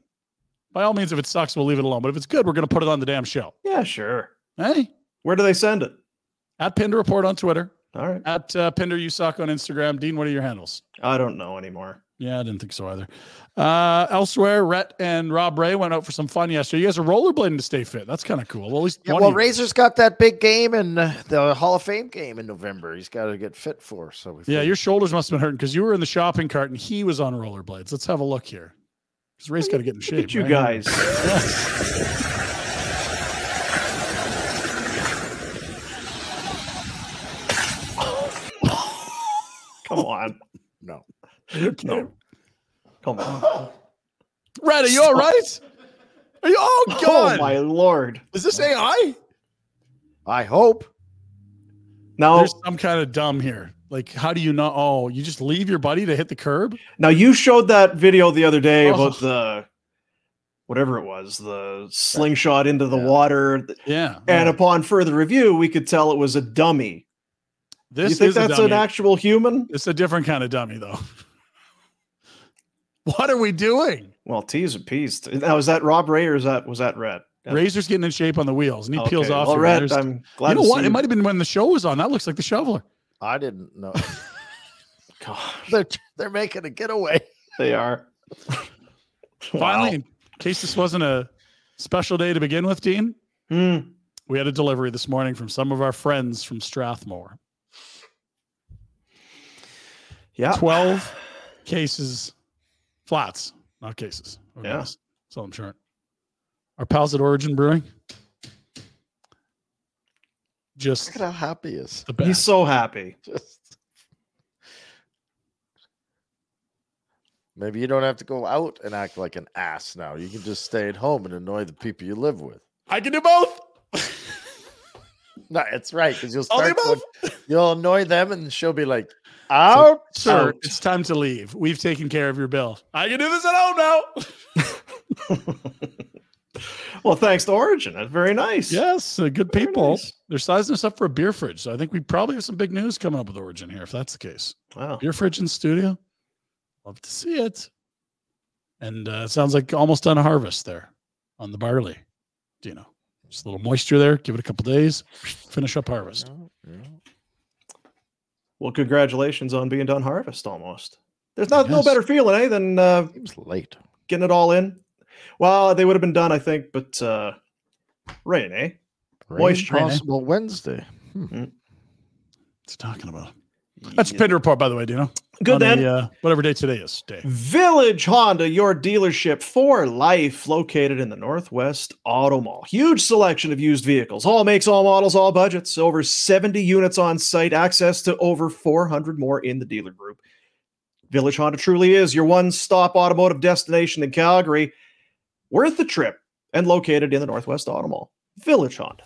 Speaker 5: By all means, if it sucks, we'll leave it alone. But if it's good, we're going to put it on the damn show.
Speaker 3: Yeah, sure.
Speaker 5: Hey,
Speaker 3: Where do they send it?
Speaker 5: at Pinder Report on Twitter,
Speaker 3: All right.
Speaker 5: at uh, Pinder You Suck on Instagram. Dean, what are your handles?
Speaker 3: I don't know anymore.
Speaker 5: Yeah, I didn't think so either. Uh, elsewhere, Rhett and Rob Ray went out for some fun yesterday. You guys are rollerblading to stay fit. That's kind of cool. Well, at least
Speaker 9: Yeah,
Speaker 5: one
Speaker 9: well,
Speaker 5: of you-
Speaker 9: Razor's got that big game and uh, the Hall of Fame game in November. He's got to get fit for. So we
Speaker 5: Yeah,
Speaker 9: figured-
Speaker 5: your shoulders must have been hurting because you were in the shopping cart and he was on rollerblades. Let's have a look here. Because Ray's got to get in shape.
Speaker 3: Look at you
Speaker 5: right?
Speaker 3: guys. Come on.
Speaker 9: no.
Speaker 3: No. Come on.
Speaker 5: Rhett, are you all right? Are you? Oh
Speaker 3: Oh
Speaker 5: God!
Speaker 3: my lord.
Speaker 5: Is this AI?
Speaker 9: I hope.
Speaker 3: Now
Speaker 5: There's some kind of dumb here. Like, how do you not? Oh, you just leave your buddy to hit the curb?
Speaker 3: now you showed that video the other day
Speaker 5: Oh.
Speaker 3: about the whatever it was, the slingshot into the water.
Speaker 5: Yeah.
Speaker 3: And uh, upon further review, we could tell it was a dummy.
Speaker 5: This
Speaker 3: you think
Speaker 5: is a
Speaker 3: that's an
Speaker 5: dummy.
Speaker 3: actual human?
Speaker 5: It's a different kind of dummy, though. what are we doing?
Speaker 3: Well, T's a piece. Now, is that Rob Ray or is that was that Red?
Speaker 5: Razor's getting in shape on the wheels, and he peels
Speaker 3: Okay,
Speaker 5: off.
Speaker 3: well,
Speaker 5: the
Speaker 3: Red,
Speaker 5: razor's-
Speaker 3: I'm glad
Speaker 5: You know
Speaker 3: to
Speaker 5: what?
Speaker 3: see
Speaker 5: It
Speaker 3: you-
Speaker 5: might have been when the show was on. That looks like the shoveler.
Speaker 4: I didn't know.
Speaker 16: They're they're making a getaway.
Speaker 3: They are.
Speaker 5: Finally, in case this wasn't a special day to begin with, Dean,
Speaker 3: Hmm.
Speaker 5: we had a delivery this morning from some of our friends from Strathmore.
Speaker 3: Yeah.
Speaker 5: 12 cases, flats, not cases. Okay.
Speaker 3: Yeah.
Speaker 5: That's all I'm sure. Our pals at Origin Brewing. Just
Speaker 4: Look at how happy he is.
Speaker 5: the
Speaker 3: He's
Speaker 5: best.
Speaker 3: so happy.
Speaker 4: Maybe you don't have to go out and act like an ass now. You can just stay at home and annoy the people you live with.
Speaker 5: I can do both.
Speaker 4: No, it's right because you'll
Speaker 5: I'll do
Speaker 4: start. to- you'll annoy them, and she'll be like, "Out,
Speaker 5: Sir,
Speaker 4: out."
Speaker 5: Oh, it's time to leave. We've taken care of your bill. I can do this at home now.
Speaker 3: Well, thanks to Origin. That's very nice.
Speaker 5: Yes, uh, good people. They're sizing us up for a beer fridge. So I think we probably have some big news coming up with Origin here, if that's the case.
Speaker 3: Wow.
Speaker 5: Beer fridge in studio. Love to see it. And uh, it sounds like almost done a harvest there on the barley. Do you know? Just a little moisture there. Give it a couple days. Finish up harvest.
Speaker 4: "Oh,
Speaker 3: Well, congratulations on being done harvest almost. There's not no better feeling eh, than uh,
Speaker 4: late
Speaker 3: getting it all in. Well, they would have been done, I think, but uh, rain, eh?
Speaker 4: Rain
Speaker 3: Moisture.
Speaker 4: possible Wednesday."
Speaker 5: It's talking about. That's a Pinder report, by the way, Dino.
Speaker 3: Good
Speaker 5: On the,
Speaker 3: then.
Speaker 5: uh, whatever day today is. Day.
Speaker 3: Village Honda, your dealership for life, located in the Northwest Auto Mall. Huge selection of used vehicles, all makes, all models, all budgets, over 70 units on site, access to over 400 more in the dealer group. Village Honda truly is your one stop automotive destination in Calgary. Worth the trip and located in the Northwest Auto Mall. Village Honda.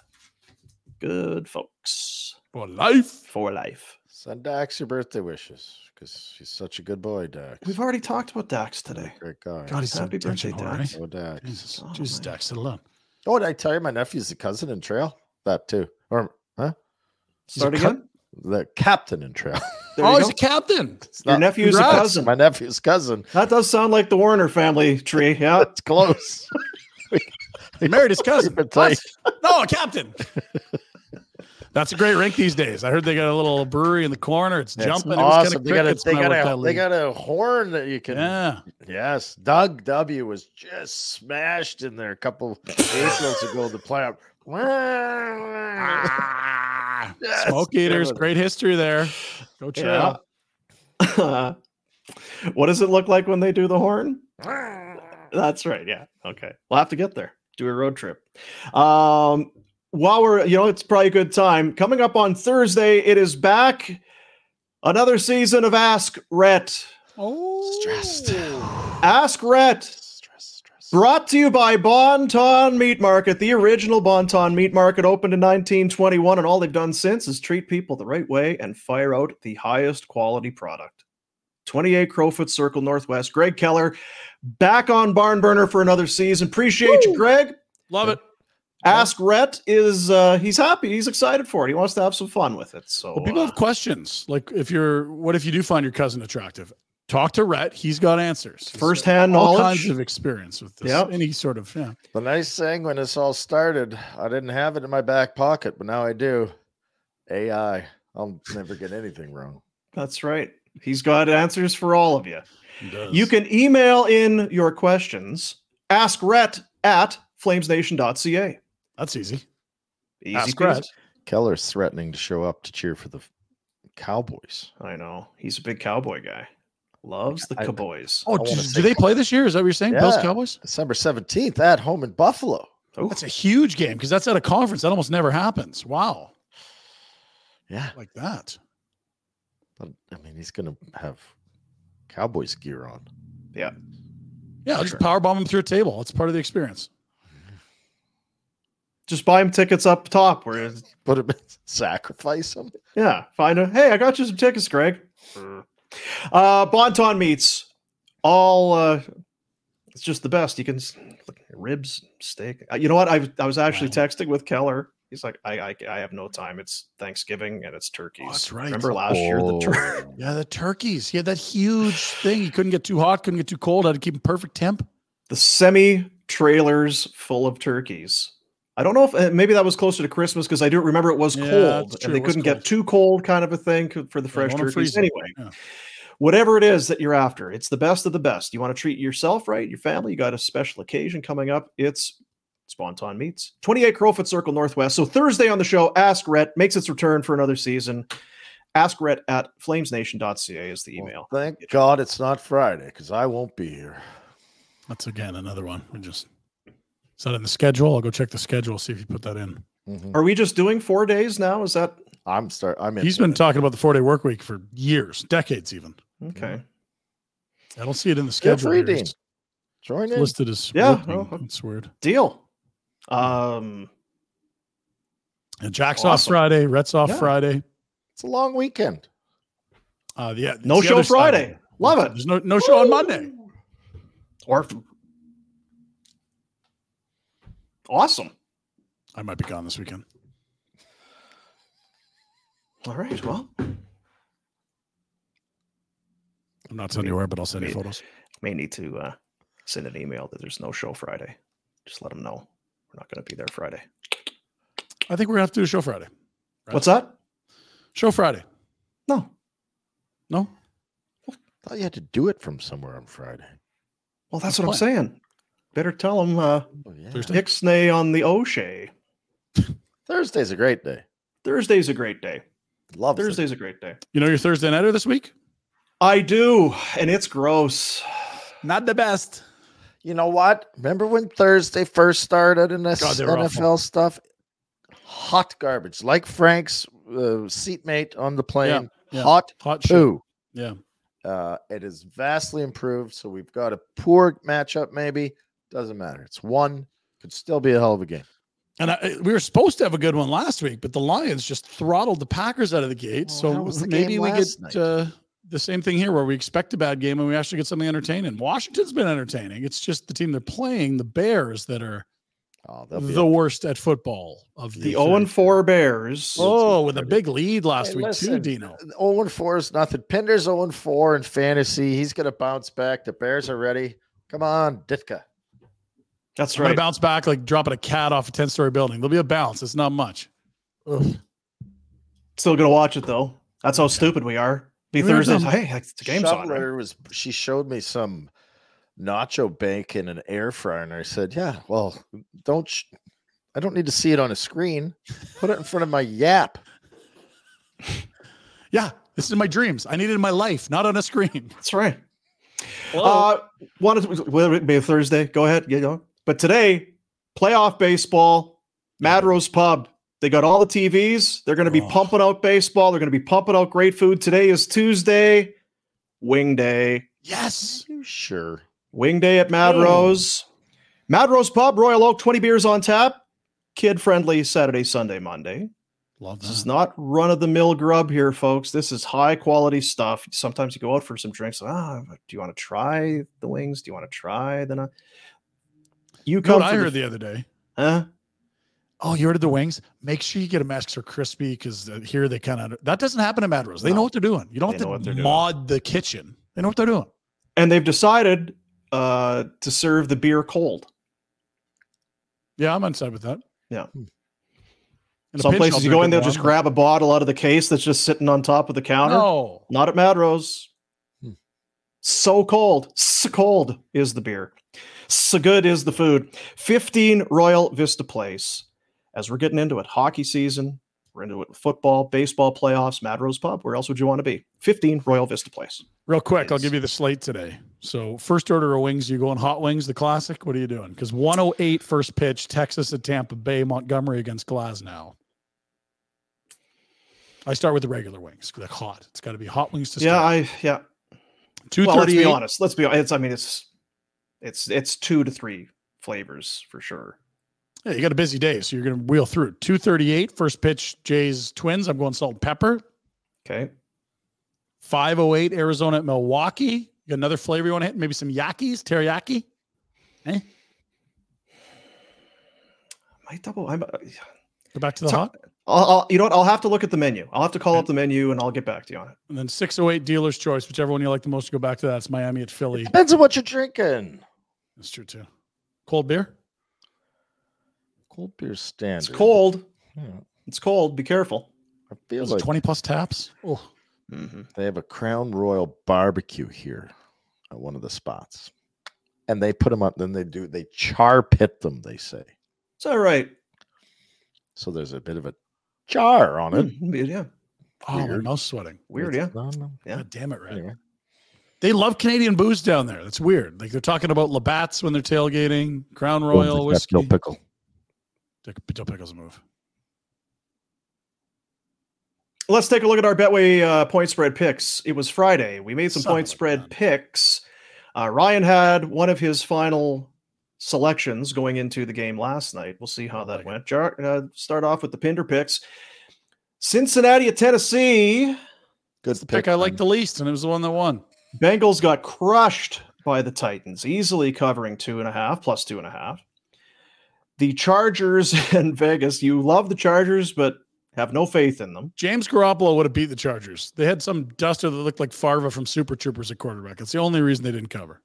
Speaker 3: Good folks.
Speaker 5: For life.
Speaker 3: For life.
Speaker 4: Send Dax your birthday wishes because he's such a good boy, Dax.
Speaker 3: We've already talked about Dax today.
Speaker 4: Great guy.
Speaker 3: God, he's so Happy birthday, attention whore, Dax. eh?
Speaker 4: Oh, Dax.
Speaker 5: Jesus, Jesus Dax, sit alone.
Speaker 4: Oh, did I tell you my nephew's the cousin in trail? That too. Or, huh? He's
Speaker 3: Start
Speaker 4: a co-
Speaker 3: again?
Speaker 4: the captain in trail.
Speaker 3: There you go.
Speaker 5: Oh, captain.
Speaker 4: It's
Speaker 3: Your
Speaker 4: not-
Speaker 3: nephew's a
Speaker 4: Congrats.
Speaker 3: cousin.
Speaker 4: My nephew's cousin.
Speaker 3: That does sound like the Warner family tree. Yeah,
Speaker 4: it's close.
Speaker 5: He married his cousin.
Speaker 4: What?
Speaker 5: No, a captain. That's a great rink these days. I heard they got a little brewery in the corner. It's
Speaker 4: It's
Speaker 5: jumping. It was
Speaker 4: awesome.
Speaker 5: kinda
Speaker 4: They got a
Speaker 5: crickets
Speaker 4: they
Speaker 5: when I
Speaker 4: got
Speaker 5: worked
Speaker 4: a
Speaker 5: that
Speaker 4: they
Speaker 5: league.
Speaker 4: got a horn that you can.
Speaker 5: Yeah.
Speaker 4: Yes, Doug W was just smashed in there a couple Aprils ago. The playoff. Yes,
Speaker 5: Ah. Smoke
Speaker 4: there
Speaker 5: Eaters,
Speaker 4: was it.
Speaker 5: great history there. Go check
Speaker 3: Yeah.
Speaker 5: out.
Speaker 3: what does it look like when they do the horn? That's right. Yeah. Okay. We'll have to get there. Do a road trip. Um, while we're, you know, it's probably a good time. Coming up on Thursday, it is back. Another season of Ask Rhett.
Speaker 5: Oh.
Speaker 4: Stressed.
Speaker 3: Ask Rhett. Brought to you by Bonton Meat Market. The original Bonton Meat Market opened in 1921, and all they've done since is treat people the right way and fire out the highest quality product. 28 Crowfoot Circle Northwest. Greg Keller back on Barn Burner for another season. Appreciate you, Greg.
Speaker 5: Love it.
Speaker 3: Ask Rhett is uh he's happy, he's excited for it. He wants to have some fun with it. So uh,
Speaker 5: Well, people have questions. Like, if you're, what if you do find your cousin attractive? Talk to Rhett. He's got answers. He's
Speaker 3: Firsthand
Speaker 5: all
Speaker 3: knowledge.
Speaker 5: kinds of experience with this.
Speaker 4: Yep.
Speaker 5: Any sort of, yeah.
Speaker 4: The nice thing when this all started, I didn't have it in my back pocket, but now I do. AI. I'll never get anything wrong.
Speaker 3: That's right. He's got answers for all of you. You can email in your questions. Ask Rhett at flamesnation.ca.
Speaker 5: That's easy.
Speaker 3: Easy
Speaker 4: Ask
Speaker 3: peasy.
Speaker 4: Rhett. Keller's threatening to show up to cheer for the Cowboys.
Speaker 3: I know. He's a big cowboy guy. Loves the
Speaker 4: I-
Speaker 3: Cowboys.
Speaker 5: Oh, do, do they play this year? Is that what you're saying? Bills
Speaker 4: Yeah,
Speaker 5: Cowboys?
Speaker 4: December 17th at home in Buffalo.
Speaker 5: That's a huge game because that's at a conference. That almost never happens. Wow.
Speaker 4: Yeah.
Speaker 5: Like that.
Speaker 4: But I mean, he's going to have Cowboys gear on.
Speaker 3: Yeah.
Speaker 5: Yeah, just power bomb them through a table. It's part of the experience.
Speaker 3: Just buy him tickets up top where it's-
Speaker 4: Put him in, sacrifice him.
Speaker 3: Yeah, find a hey, I got you some tickets, Greg. Uh Bonton meets all uh it's just the best. You can s- like, ribs, steak. Uh, You know what? I I was actually texting with Keller. He's like, I, I I have no time. It's Thanksgiving and it's turkeys.
Speaker 5: that's right.
Speaker 3: Remember last year
Speaker 9: Oh,
Speaker 3: the turkey.
Speaker 5: yeah, the turkeys. He had that huge thing. He couldn't get too hot, couldn't get too cold. Had to keep him perfect temp.
Speaker 3: the semi trailers full of turkeys. I don't know if uh, maybe that was closer to Christmas because I do remember it was
Speaker 5: Yeah,
Speaker 3: cold
Speaker 5: that's true,
Speaker 3: and they
Speaker 5: it was
Speaker 3: couldn't
Speaker 5: cold.
Speaker 3: get too cold, kind of a thing c- for the fresh
Speaker 5: wanna freeze
Speaker 3: turkeys.
Speaker 5: it.
Speaker 3: Anyway, whatever it is that you're after, it's the best of the best. You want to treat yourself right, your family. You got a special occasion coming up. It's Spontan Meats, 28 Crowfoot Circle Northwest. So Thursday on the show, Ask Rhett makes its return for another season. Ask Rhett at flamesnation.ca is the email.
Speaker 9: Thank God it's not Friday because I won't be here.
Speaker 5: That's again another one. We just is that in the schedule? I'll go check the schedule, see if you put that in.
Speaker 3: Are we just doing four days now? Is that
Speaker 9: Mm-hmm. I'm start I'm in
Speaker 5: He's been talking about the four day work week for years, decades even.
Speaker 3: Okay.
Speaker 5: I don't see it in the
Speaker 9: Feel
Speaker 5: schedule.
Speaker 9: free,
Speaker 5: here.
Speaker 9: Dean.
Speaker 5: It's
Speaker 9: Join in.
Speaker 5: listed as
Speaker 3: Yeah,
Speaker 5: working.
Speaker 3: well,
Speaker 5: It's weird.
Speaker 3: deal? Um,
Speaker 5: And Jack's off
Speaker 3: Awesome.
Speaker 5: Friday, Rhett's off
Speaker 9: Yeah.
Speaker 5: Friday.
Speaker 9: It's a long weekend.
Speaker 5: Uh, yeah, it's
Speaker 3: No
Speaker 5: the
Speaker 3: show
Speaker 5: other side.
Speaker 3: Friday. Love it.
Speaker 5: There's no no show on Monday.
Speaker 3: Or awesome.
Speaker 5: I might be gone this weekend.
Speaker 3: All right. Well,
Speaker 5: I'm not sending you where, but I'll send you
Speaker 3: may-
Speaker 5: photos.
Speaker 3: May need to uh, send an email that there's no show Friday. Just let them know we're not going to be there Friday.
Speaker 5: I think we're gonna have to do a show Friday.
Speaker 3: What's that?
Speaker 5: Show Friday.
Speaker 3: No.
Speaker 5: No.
Speaker 9: thought you had to do it from somewhere on Friday.
Speaker 3: Well, that's what I'm
Speaker 9: What?
Speaker 3: saying. Better tell them uh,
Speaker 9: Oh,
Speaker 5: Thursday.
Speaker 3: Ixnay on the O'Shea.
Speaker 9: Thursday's a great day.
Speaker 3: Thursday's a great day.
Speaker 9: Love
Speaker 3: Thursday's a great day.
Speaker 5: You know your Thursday nighter this week?
Speaker 3: I do, and it's gross.
Speaker 5: Not the best.
Speaker 4: You know what? Remember when Thursday first started and this
Speaker 5: God, they were
Speaker 4: NFL stuff? Hot garbage, like Frank's uh, seatmate on the plane.
Speaker 5: yeah.
Speaker 4: Hot,
Speaker 5: Hot shit.
Speaker 4: poo.
Speaker 5: Yeah.
Speaker 4: Uh, it is vastly improved, so we've got a poor matchup. Maybe doesn't matter. It's one. Could still be a hell of a game.
Speaker 5: And I, we were supposed to have a good one last week, but the Lions just throttled the Packers out of the gate.
Speaker 4: how was
Speaker 5: so
Speaker 4: the
Speaker 5: maybe
Speaker 4: game
Speaker 5: we
Speaker 4: last
Speaker 5: get uh, the same thing here, where we expect a bad game and we actually get something entertaining. Washington's been entertaining. It's just the team they're playing, the Bears, that are
Speaker 9: Oh, they'll be
Speaker 5: the worst at football of the.
Speaker 3: The 0 and 4 Bears.
Speaker 5: oh, with a big lead last
Speaker 4: Hey,
Speaker 5: week too,
Speaker 4: listen,
Speaker 5: Dino.
Speaker 4: 0 and 4 is nothing. Pinder's 0 and 4 in fantasy. He's going to bounce back. The Bears are ready. Come on, Ditka.
Speaker 3: That's
Speaker 5: I'm gonna
Speaker 3: right.
Speaker 5: bounce back like dropping a cat off a ten story building. There'll be a bounce. It's not much.
Speaker 3: Still going to watch it, though. That's how stupid we are. Be
Speaker 5: We're
Speaker 3: Thursday.
Speaker 5: dumb.
Speaker 3: Hey, it's the game's on. right?
Speaker 4: Shoveler was she showed me some nacho bacon in an air fryer, and I said, "Yeah, well, don't sh- I don't need to see it on a screen. Put it in front of my yap."
Speaker 5: Yeah, this is my dreams. I need it in my life, not on a screen.
Speaker 3: That's right. Uh, wanted to, whether it be a Thursday, go ahead, get going. But today, playoff baseball, Mad Rose Pub. They got all the TVs. They're going to be pumping out baseball. They're going to be pumping out great food. Today is Tuesday, Wing Day.
Speaker 5: Yes.
Speaker 4: You sure?
Speaker 3: Wing Day at Mad Rose. Mad Rose Pub, Royal Oak, 20 beers on tap. Kid friendly Saturday, Sunday, Monday.
Speaker 5: Love
Speaker 3: This is
Speaker 5: that.
Speaker 3: not run of the mill grub here, folks. This is high quality stuff. Sometimes you go out for some drinks. Ah, but do you want to try the wings? Do you want to try the? na-" You
Speaker 5: You know
Speaker 3: come.
Speaker 5: what I
Speaker 3: for
Speaker 5: heard
Speaker 3: the,
Speaker 5: the other day?
Speaker 3: huh?
Speaker 5: Oh, you ordered the wings. Make sure you get them extra crispy because here they kind of that doesn't happen at Mad Rose. They know
Speaker 3: No.
Speaker 5: what they're doing. You don't
Speaker 3: They know
Speaker 5: have
Speaker 3: what
Speaker 5: to
Speaker 3: they're doing.
Speaker 5: mod the kitchen. They know what they're doing.
Speaker 3: And they've decided uh, to serve the beer cold.
Speaker 5: Yeah, I'm on side with that.
Speaker 3: Yeah.
Speaker 5: In a
Speaker 3: some
Speaker 5: pinch, I'll
Speaker 3: places you
Speaker 5: drink
Speaker 3: go
Speaker 5: it
Speaker 3: in, they'll just
Speaker 5: warm.
Speaker 3: grab a bottle out of the case that's just sitting on top of the counter.
Speaker 5: No,
Speaker 3: Not at Madrose.
Speaker 9: Hmm.
Speaker 3: So cold. So cold is the beer. So good is the food. 15 Royal Vista Place. As we're getting into it, hockey season, we're into it with football, baseball playoffs, Madrose Pub. Where else would you want to be? 15 Royal Vista Place.
Speaker 5: real quick, I'll
Speaker 3: Yes.
Speaker 5: give you the slate today. So first order of wings, you going hot wings, the classic. What are you doing? Because 108 first pitch, Texas at Tampa Bay, Montgomery against Glasnow. I start with the regular wings, like hot. It's got to be hot wings to
Speaker 3: yeah,
Speaker 5: start.
Speaker 3: I yeah.
Speaker 5: Two
Speaker 3: Well, let's
Speaker 5: thirty.
Speaker 3: be honest. Let's be honest. I mean, it's it's it's two to three flavors for sure.
Speaker 5: Yeah, you got a busy day, so you're going to wheel through. 238, first pitch, Jays Twins. I'm going salt and pepper.
Speaker 3: Okay.
Speaker 5: 508, Arizona at Milwaukee. You got another flavor you want to hit? Maybe some yakis, teriyaki.
Speaker 3: My double. I'm,
Speaker 5: Go back to the
Speaker 3: So-
Speaker 5: hot.
Speaker 3: I'll, I'll, you know what? I'll have to look at the menu. I'll have to call up the menu and I'll get back to you on it.
Speaker 5: And then 608 dealer's choice, whichever one you like the most, go back to that. It's Miami at Philly.
Speaker 4: Depends on what you're drinking.
Speaker 5: That's true too. Cold beer?
Speaker 4: Cold beer standard.
Speaker 3: It's cold.
Speaker 4: Yeah.
Speaker 3: It's cold. Be careful.
Speaker 4: I feel
Speaker 5: Those
Speaker 4: like
Speaker 5: 20 plus taps. Oh,
Speaker 4: they have a Crown Royal barbecue here at one of the spots. And they put them up, then they do, they char pit them, they say.
Speaker 3: It's all right.
Speaker 4: So there's a bit of a char on it.
Speaker 3: Mm, yeah.
Speaker 5: oh my
Speaker 4: Weird.
Speaker 5: mouth's sweating.
Speaker 3: Weird, yeah.
Speaker 5: Yeah. God damn it, right? They love Canadian booze down there. That's weird. Like they're talking about Labatt's when they're tailgating, Crown Royal
Speaker 4: That's
Speaker 5: whiskey.
Speaker 4: no pickle.
Speaker 5: Dick- Dill Pickles move.
Speaker 3: Let's take a look at our Betway uh, point spread picks. It was Friday. We made some
Speaker 5: Son of
Speaker 3: point spread picks. Uh, Ryan had one of his final selections going into the game last night. We'll see
Speaker 5: Oh,
Speaker 3: how that went. Jar- uh, start off with the Pinder picks. Cincinnati at Tennessee.
Speaker 4: Good
Speaker 5: pick, I man. liked the least, and it was the one that won.
Speaker 3: Bengals got crushed by the Titans, easily covering two and a half, plus two and a half. The Chargers and Vegas. You love the Chargers, but have no faith in them.
Speaker 5: James Garoppolo would have beat the Chargers. They had some duster that looked like Farva from Super Troopers at quarterback. It's the only reason they didn't cover.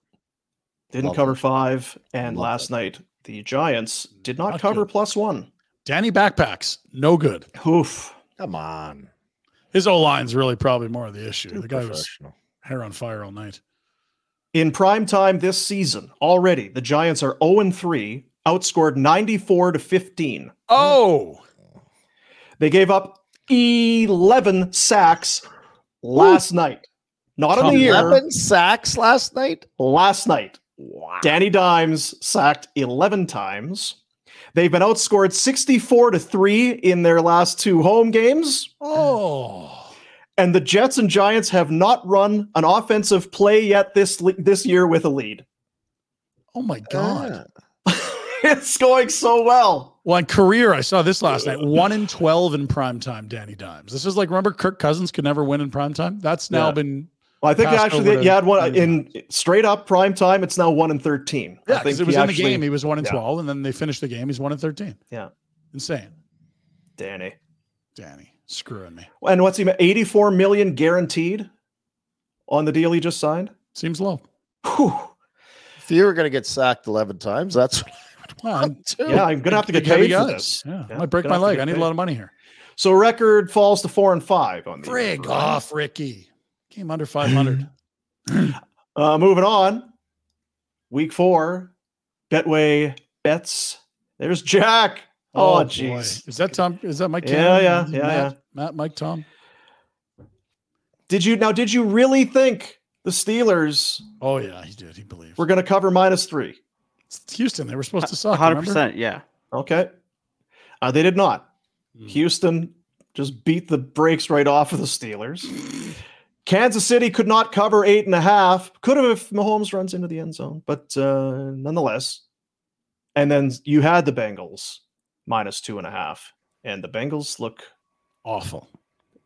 Speaker 3: didn't
Speaker 5: Love
Speaker 3: cover five, and last night the Giants did not, cover plus one.
Speaker 5: Danny backpacks, no good.
Speaker 3: Oof.
Speaker 4: Come on.
Speaker 5: His O line's really probably more of the issue.
Speaker 3: Too
Speaker 5: the guy was
Speaker 4: professional.
Speaker 5: hair on fire all night.
Speaker 3: In prime time this season, already the Giants are 0 3, outscored 94 to 15.
Speaker 5: Oh.
Speaker 3: They gave up 11 sacks last night. Not on the year.
Speaker 4: 11 sacks last night?
Speaker 3: Last night. Danny Dimes sacked 11 times. They've been outscored 64 to 3 in their last two home games.
Speaker 5: Oh.
Speaker 3: and the Jets and Giants have not run an offensive play yet this le- this year with a lead.
Speaker 5: Oh my god.
Speaker 3: it's going so well.
Speaker 5: Well, in career, I saw this last night. One in twelve in primetime, Danny Dimes. This is like remember Kirk Cousins could never win in primetime? That's now
Speaker 3: Yeah.
Speaker 5: been
Speaker 3: Well, I think
Speaker 5: passed over
Speaker 3: actually
Speaker 5: to
Speaker 3: you had one
Speaker 5: Danny
Speaker 3: in straight up prime time. It's now one in thirteen. I
Speaker 5: Yeah, because
Speaker 3: think
Speaker 5: it
Speaker 3: he
Speaker 5: was in
Speaker 3: actually-
Speaker 5: the game. He was one in
Speaker 3: yeah,
Speaker 5: twelve, and then they finished the game. He's one in thirteen.
Speaker 3: Yeah,
Speaker 5: insane.
Speaker 3: Danny.
Speaker 5: Danny screwing me.
Speaker 3: And what's he? ma- Eighty-four million guaranteed on the deal he just signed.
Speaker 5: Seems low.
Speaker 4: If you were going to get sacked 11 times, that's
Speaker 5: Well, I'm-
Speaker 3: Yeah, I'm gonna have to
Speaker 5: Big
Speaker 3: get
Speaker 5: heavy
Speaker 3: paid for
Speaker 5: guys.
Speaker 3: this.
Speaker 5: Yeah,
Speaker 3: Yeah,
Speaker 5: I might break
Speaker 3: gonna
Speaker 5: my
Speaker 3: have to
Speaker 5: leg.
Speaker 3: get
Speaker 5: I need
Speaker 3: paid.
Speaker 5: a lot of money here.
Speaker 3: So record falls to four and five on the year
Speaker 5: Frig
Speaker 3: for Ryan.
Speaker 5: off, Ricky. Came under five
Speaker 3: Hmm.
Speaker 5: hundred.
Speaker 3: Uh, moving on, week four, Betway bets. There's Jack. Oh,
Speaker 5: boy.
Speaker 3: jeez.
Speaker 5: Is that Tom? Is that Mike?
Speaker 3: Yeah,
Speaker 5: Cannon?
Speaker 3: yeah,
Speaker 5: Is it
Speaker 3: yeah,
Speaker 5: Matt,
Speaker 3: yeah.
Speaker 5: Matt, Mike, Tom.
Speaker 3: Did you now? Did you really think the Steelers
Speaker 5: Oh yeah, he did. He believed.
Speaker 3: were going to cover minus three?
Speaker 5: It's Houston. They were supposed to suck.
Speaker 10: hundred
Speaker 5: remember?
Speaker 10: percent. Yeah.
Speaker 3: Okay, uh, they did not.
Speaker 10: Hmm.
Speaker 3: Houston just beat the brakes right off of the Steelers. Kansas City could not cover eight and a half. Could have if Mahomes runs into the end zone, but uh, nonetheless. And then you had the Bengals minus two and a half, and the Bengals look
Speaker 5: Awful.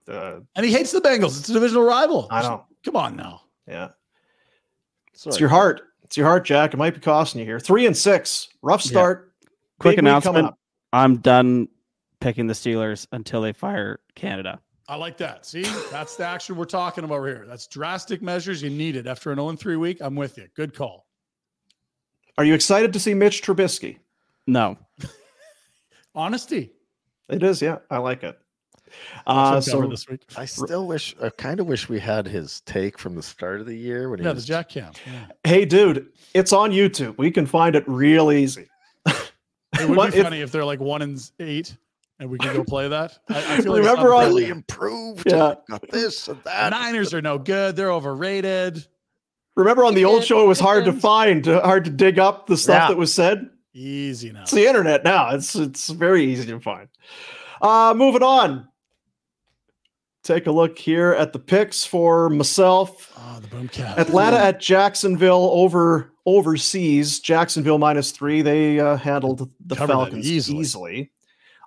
Speaker 3: uh,
Speaker 5: And he hates the Bengals. It's a divisional rival.
Speaker 3: I know.
Speaker 5: Come on now.
Speaker 3: Yeah.
Speaker 4: It's,
Speaker 3: It's your heart. It's your heart, Jack. It might be costing you here. Three and six. Rough
Speaker 10: Yeah.
Speaker 3: start.
Speaker 10: Quick
Speaker 3: Big week coming
Speaker 10: announcement.
Speaker 3: up.
Speaker 10: I'm done picking the Steelers until they fire Canada.
Speaker 5: I like that. See, that's the action we're talking about here. That's drastic measures you needed after an 0 3 week. I'm with you. Good call.
Speaker 3: Are you excited to see Mitch Trubisky?
Speaker 10: No.
Speaker 5: Honesty.
Speaker 3: It is, yeah. I like it.
Speaker 5: That's
Speaker 3: Uh,
Speaker 5: what covered
Speaker 3: so
Speaker 5: this week.
Speaker 4: I still wish, I kind of wish we had his take from the start of the year when he
Speaker 5: Yeah, the
Speaker 4: was
Speaker 5: Jack Cam. Yeah.
Speaker 3: hey dude, it's on YouTube. We can find it real easy.
Speaker 5: It would
Speaker 3: What
Speaker 5: be
Speaker 3: if-
Speaker 5: funny if they're like one and eight and we can go play that. I, I feel
Speaker 3: Remember
Speaker 5: like
Speaker 3: on-
Speaker 5: some-
Speaker 4: really improved.
Speaker 3: Yeah.
Speaker 4: Got this and
Speaker 5: the
Speaker 4: that.
Speaker 5: Niners are no good. They're overrated.
Speaker 3: Remember on the old show it was hard to find, uh, hard to dig up the stuff
Speaker 5: Yeah.
Speaker 3: that was said?
Speaker 5: Easy now.
Speaker 3: It's the internet now. It's it's very easy to find. Uh moving on. Take a look here at the picks for myself.
Speaker 5: Oh, the boom cat.
Speaker 3: Atlanta at Jacksonville over overseas. Jacksonville minus three. They uh, handled the
Speaker 5: Covered that
Speaker 3: Falcons
Speaker 5: easily.
Speaker 3: easily.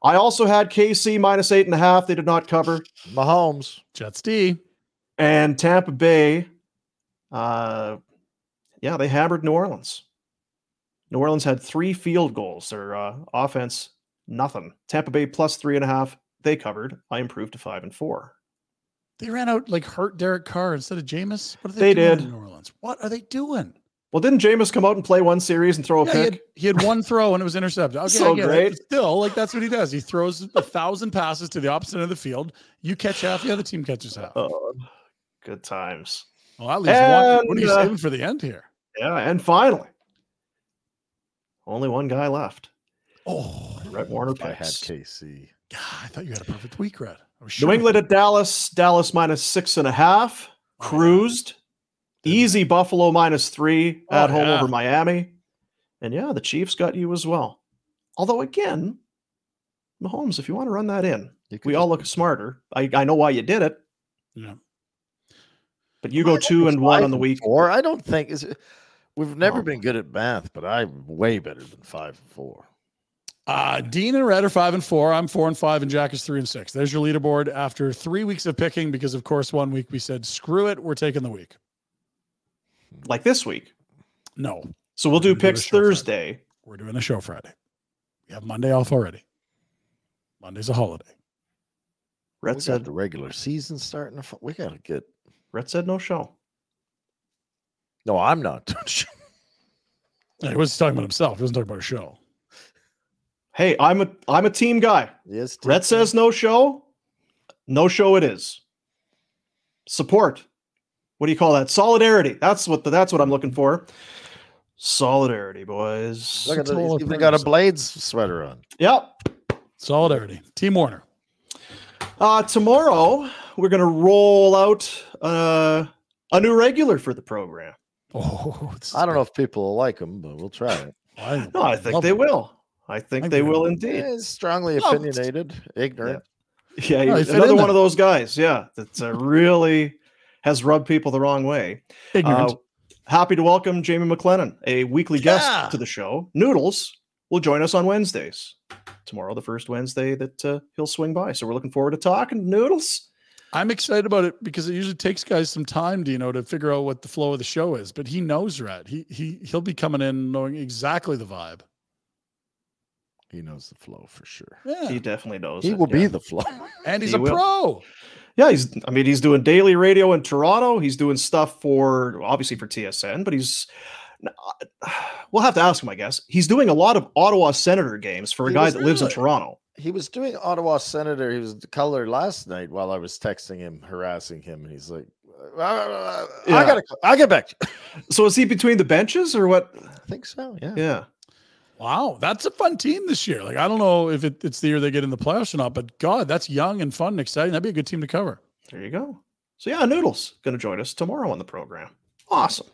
Speaker 3: I also had KC minus eight and a half. They did not cover.
Speaker 4: Mahomes.
Speaker 5: Jets D.
Speaker 3: And Tampa Bay, uh, yeah, they hammered New Orleans. New Orleans had three field goals. Their uh, offense, nothing. Tampa Bay plus three and a half. They covered. I improved to five and four.
Speaker 5: They ran out like hurt Derek Carr instead of Jameis. What are
Speaker 3: They
Speaker 5: they, doing
Speaker 3: did.
Speaker 5: in New Orleans? What are they doing?
Speaker 3: Well, didn't Jameis come out and play one series and throw a
Speaker 5: Yeah, he,
Speaker 3: pick?
Speaker 5: had, he had one throw and it was intercepted. Okay, I
Speaker 3: So
Speaker 5: get it,
Speaker 3: great.
Speaker 5: but Still, like that's what he does. He throws a thousand passes to the opposite end of the field. You catch half, the other team catches half.
Speaker 3: Uh, good times.
Speaker 5: Well, at least one. What
Speaker 3: And,
Speaker 5: are you
Speaker 3: uh,
Speaker 5: saving for the end here?
Speaker 3: Yeah, and finally, only one guy left. Oh, Brett Warner
Speaker 4: I had
Speaker 3: picks.
Speaker 4: KC.
Speaker 5: I thought you had a perfect week, Red. I was
Speaker 3: New
Speaker 5: sure.
Speaker 3: England at Dallas. Dallas minus six and a half. Cruised. Easy Buffalo minus three at
Speaker 5: Oh,
Speaker 3: home
Speaker 5: yeah.
Speaker 3: over Miami. And yeah, the Chiefs got you as well. Although again, Mahomes, if you want to run that in, we all look smarter. I, I know why you did it.
Speaker 5: Yeah.
Speaker 3: But you go two and one on the week.
Speaker 4: Or I don't think is it, we've never been good at math, but I'm way better than five and four.
Speaker 5: Uh, Dean and Red are five and four. I'm four and five, and Jack is three and six. There's your leaderboard after three weeks of picking, because of course one week we said screw it, we're taking the week.
Speaker 3: Like this week.
Speaker 5: No,
Speaker 3: So we'll do picks Thursday.
Speaker 5: we're doing a show Friday. We have Monday off already. Monday's a holiday.
Speaker 3: Red
Speaker 4: said the regular season starting. to fo- We gotta get.
Speaker 3: Red said no show.
Speaker 4: No, I'm not. doing a show.
Speaker 5: He was talking about himself. He wasn't talking about a show.
Speaker 3: Hey, I'm a I'm a team guy.
Speaker 4: Yes.
Speaker 3: Red says no show. No show it is. Support. What do you call that? Solidarity. That's what the, that's what I'm looking for. Solidarity, boys.
Speaker 4: Look at that, he's even got a blades sweater on.
Speaker 3: Yep.
Speaker 5: Solidarity. Team Warner.
Speaker 3: Uh, tomorrow we're gonna roll out uh, a new regular for the program.
Speaker 5: Oh,
Speaker 4: I don't know if people will like them, but we'll try it.
Speaker 3: No, I think they will. I think they will indeed.
Speaker 4: Yeah, Eh, strongly
Speaker 3: Oh,
Speaker 4: opinionated, ignorant.
Speaker 3: Yeah,
Speaker 4: No, he
Speaker 3: he's
Speaker 4: fit
Speaker 3: another
Speaker 4: in
Speaker 3: one of
Speaker 4: there.
Speaker 3: those guys. Yeah, that's uh, really has rubbed people the wrong way.
Speaker 5: Ignorant.
Speaker 3: Uh, happy to welcome Jamie McLennan, a weekly guest to the show. Noodles will join us on Wednesdays. Tomorrow, the first Wednesday that uh, he'll swing by. So we're looking forward to talking noodles.
Speaker 5: I'm excited about it because it usually takes guys some time, Dino, to figure out what the flow of the show is. But he knows Red. He he he'll be coming in knowing exactly the vibe.
Speaker 4: He knows the flow for sure.
Speaker 5: Yeah.
Speaker 3: He definitely knows.
Speaker 4: He
Speaker 3: it,
Speaker 4: will be
Speaker 3: yeah.
Speaker 4: the flow.
Speaker 5: And he's
Speaker 3: He
Speaker 5: a
Speaker 3: will.
Speaker 5: pro.
Speaker 3: Yeah, he's. I mean, he's doing daily radio in Toronto. He's doing stuff for obviously for TSN, but he's. We'll have to ask him, I guess. He's doing a lot of Ottawa Senator games for a
Speaker 4: He
Speaker 3: guy
Speaker 4: was
Speaker 3: that lives in
Speaker 4: really-
Speaker 3: Toronto.
Speaker 4: He was doing Ottawa Senator. He was the color last night while I was texting him, harassing him, and he's like, "Uh, I
Speaker 3: Yeah.
Speaker 4: gotta, go- I'll get back. to you."
Speaker 3: So is he between the benches or what?
Speaker 4: I think so. Yeah.
Speaker 3: Yeah.
Speaker 5: Wow, that's a fun team this year. Like I don't know if it, it's the year they get in the playoffs or not, but God, that's young and fun and exciting. That'd be a good team to cover.
Speaker 3: There you go. So yeah, Noodles going to join us tomorrow on the program. Awesome.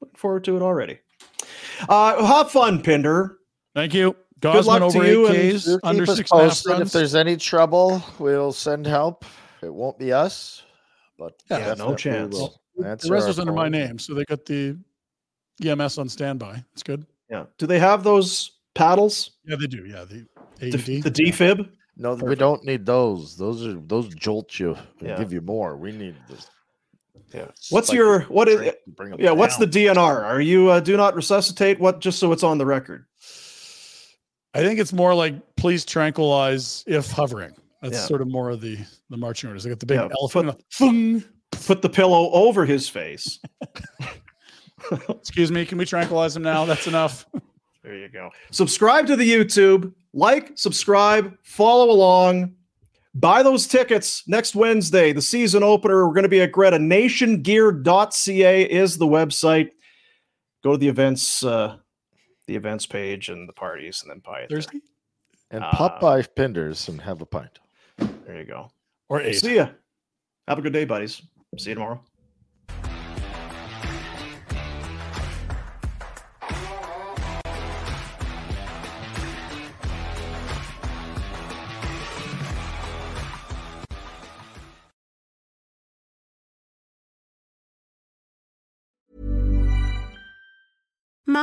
Speaker 3: Looking forward to it already. Uh, have fun, Pinder.
Speaker 5: Thank you.
Speaker 3: Good luck
Speaker 5: Gosman
Speaker 3: to
Speaker 5: over
Speaker 3: you
Speaker 5: eight
Speaker 3: and
Speaker 5: Ks,
Speaker 4: Do
Speaker 5: under
Speaker 4: keep us
Speaker 5: six and a half
Speaker 4: posted. If
Speaker 5: runs.
Speaker 4: there's any trouble, we'll send help. It won't be us, but
Speaker 5: Yeah, no
Speaker 4: definitely
Speaker 3: chance.
Speaker 4: we'll
Speaker 5: the
Speaker 4: answer
Speaker 5: rest
Speaker 4: our
Speaker 5: was under my
Speaker 4: phone.
Speaker 5: name, so they got the EMS on standby. It's good.
Speaker 3: Yeah. Do they have those paddles?
Speaker 5: Yeah, they do. Yeah, the
Speaker 3: The,
Speaker 5: AED.
Speaker 3: the defib?
Speaker 4: No, we
Speaker 5: Perfect.
Speaker 4: don't need those. Those are those jolt you and
Speaker 3: Yeah.
Speaker 4: give you more. We need this.
Speaker 3: Yeah.
Speaker 4: It's
Speaker 3: What's
Speaker 4: like
Speaker 3: your what is
Speaker 4: drink and bring 'em
Speaker 3: yeah? What's the
Speaker 4: down.
Speaker 3: DNR? Are you uh, do not resuscitate? What just so it's on the record?
Speaker 5: I think it's more like please tranquilize if hovering. That's
Speaker 3: Yeah.
Speaker 5: sort of more of the the marching orders. They got the big
Speaker 3: Yeah,
Speaker 5: elephant.
Speaker 3: put-
Speaker 5: Thung.
Speaker 3: Put the pillow over his face.
Speaker 5: Excuse me, can we tranquilize him now? That's enough.
Speaker 3: There you go. Subscribe to the YouTube, like, subscribe, follow along. Buy those tickets next Wednesday, the season opener. We're going to be at Greta. Nationgear.ca is the website. Go to the events, uh, the events page, and the parties, and then buy it.
Speaker 5: Thursday
Speaker 4: and
Speaker 3: uh,
Speaker 4: pop by Pinders and have a pint.
Speaker 3: There you go.
Speaker 5: or eight.
Speaker 3: See ya. Have a good day, buddies. See you tomorrow.
Speaker 17: Mom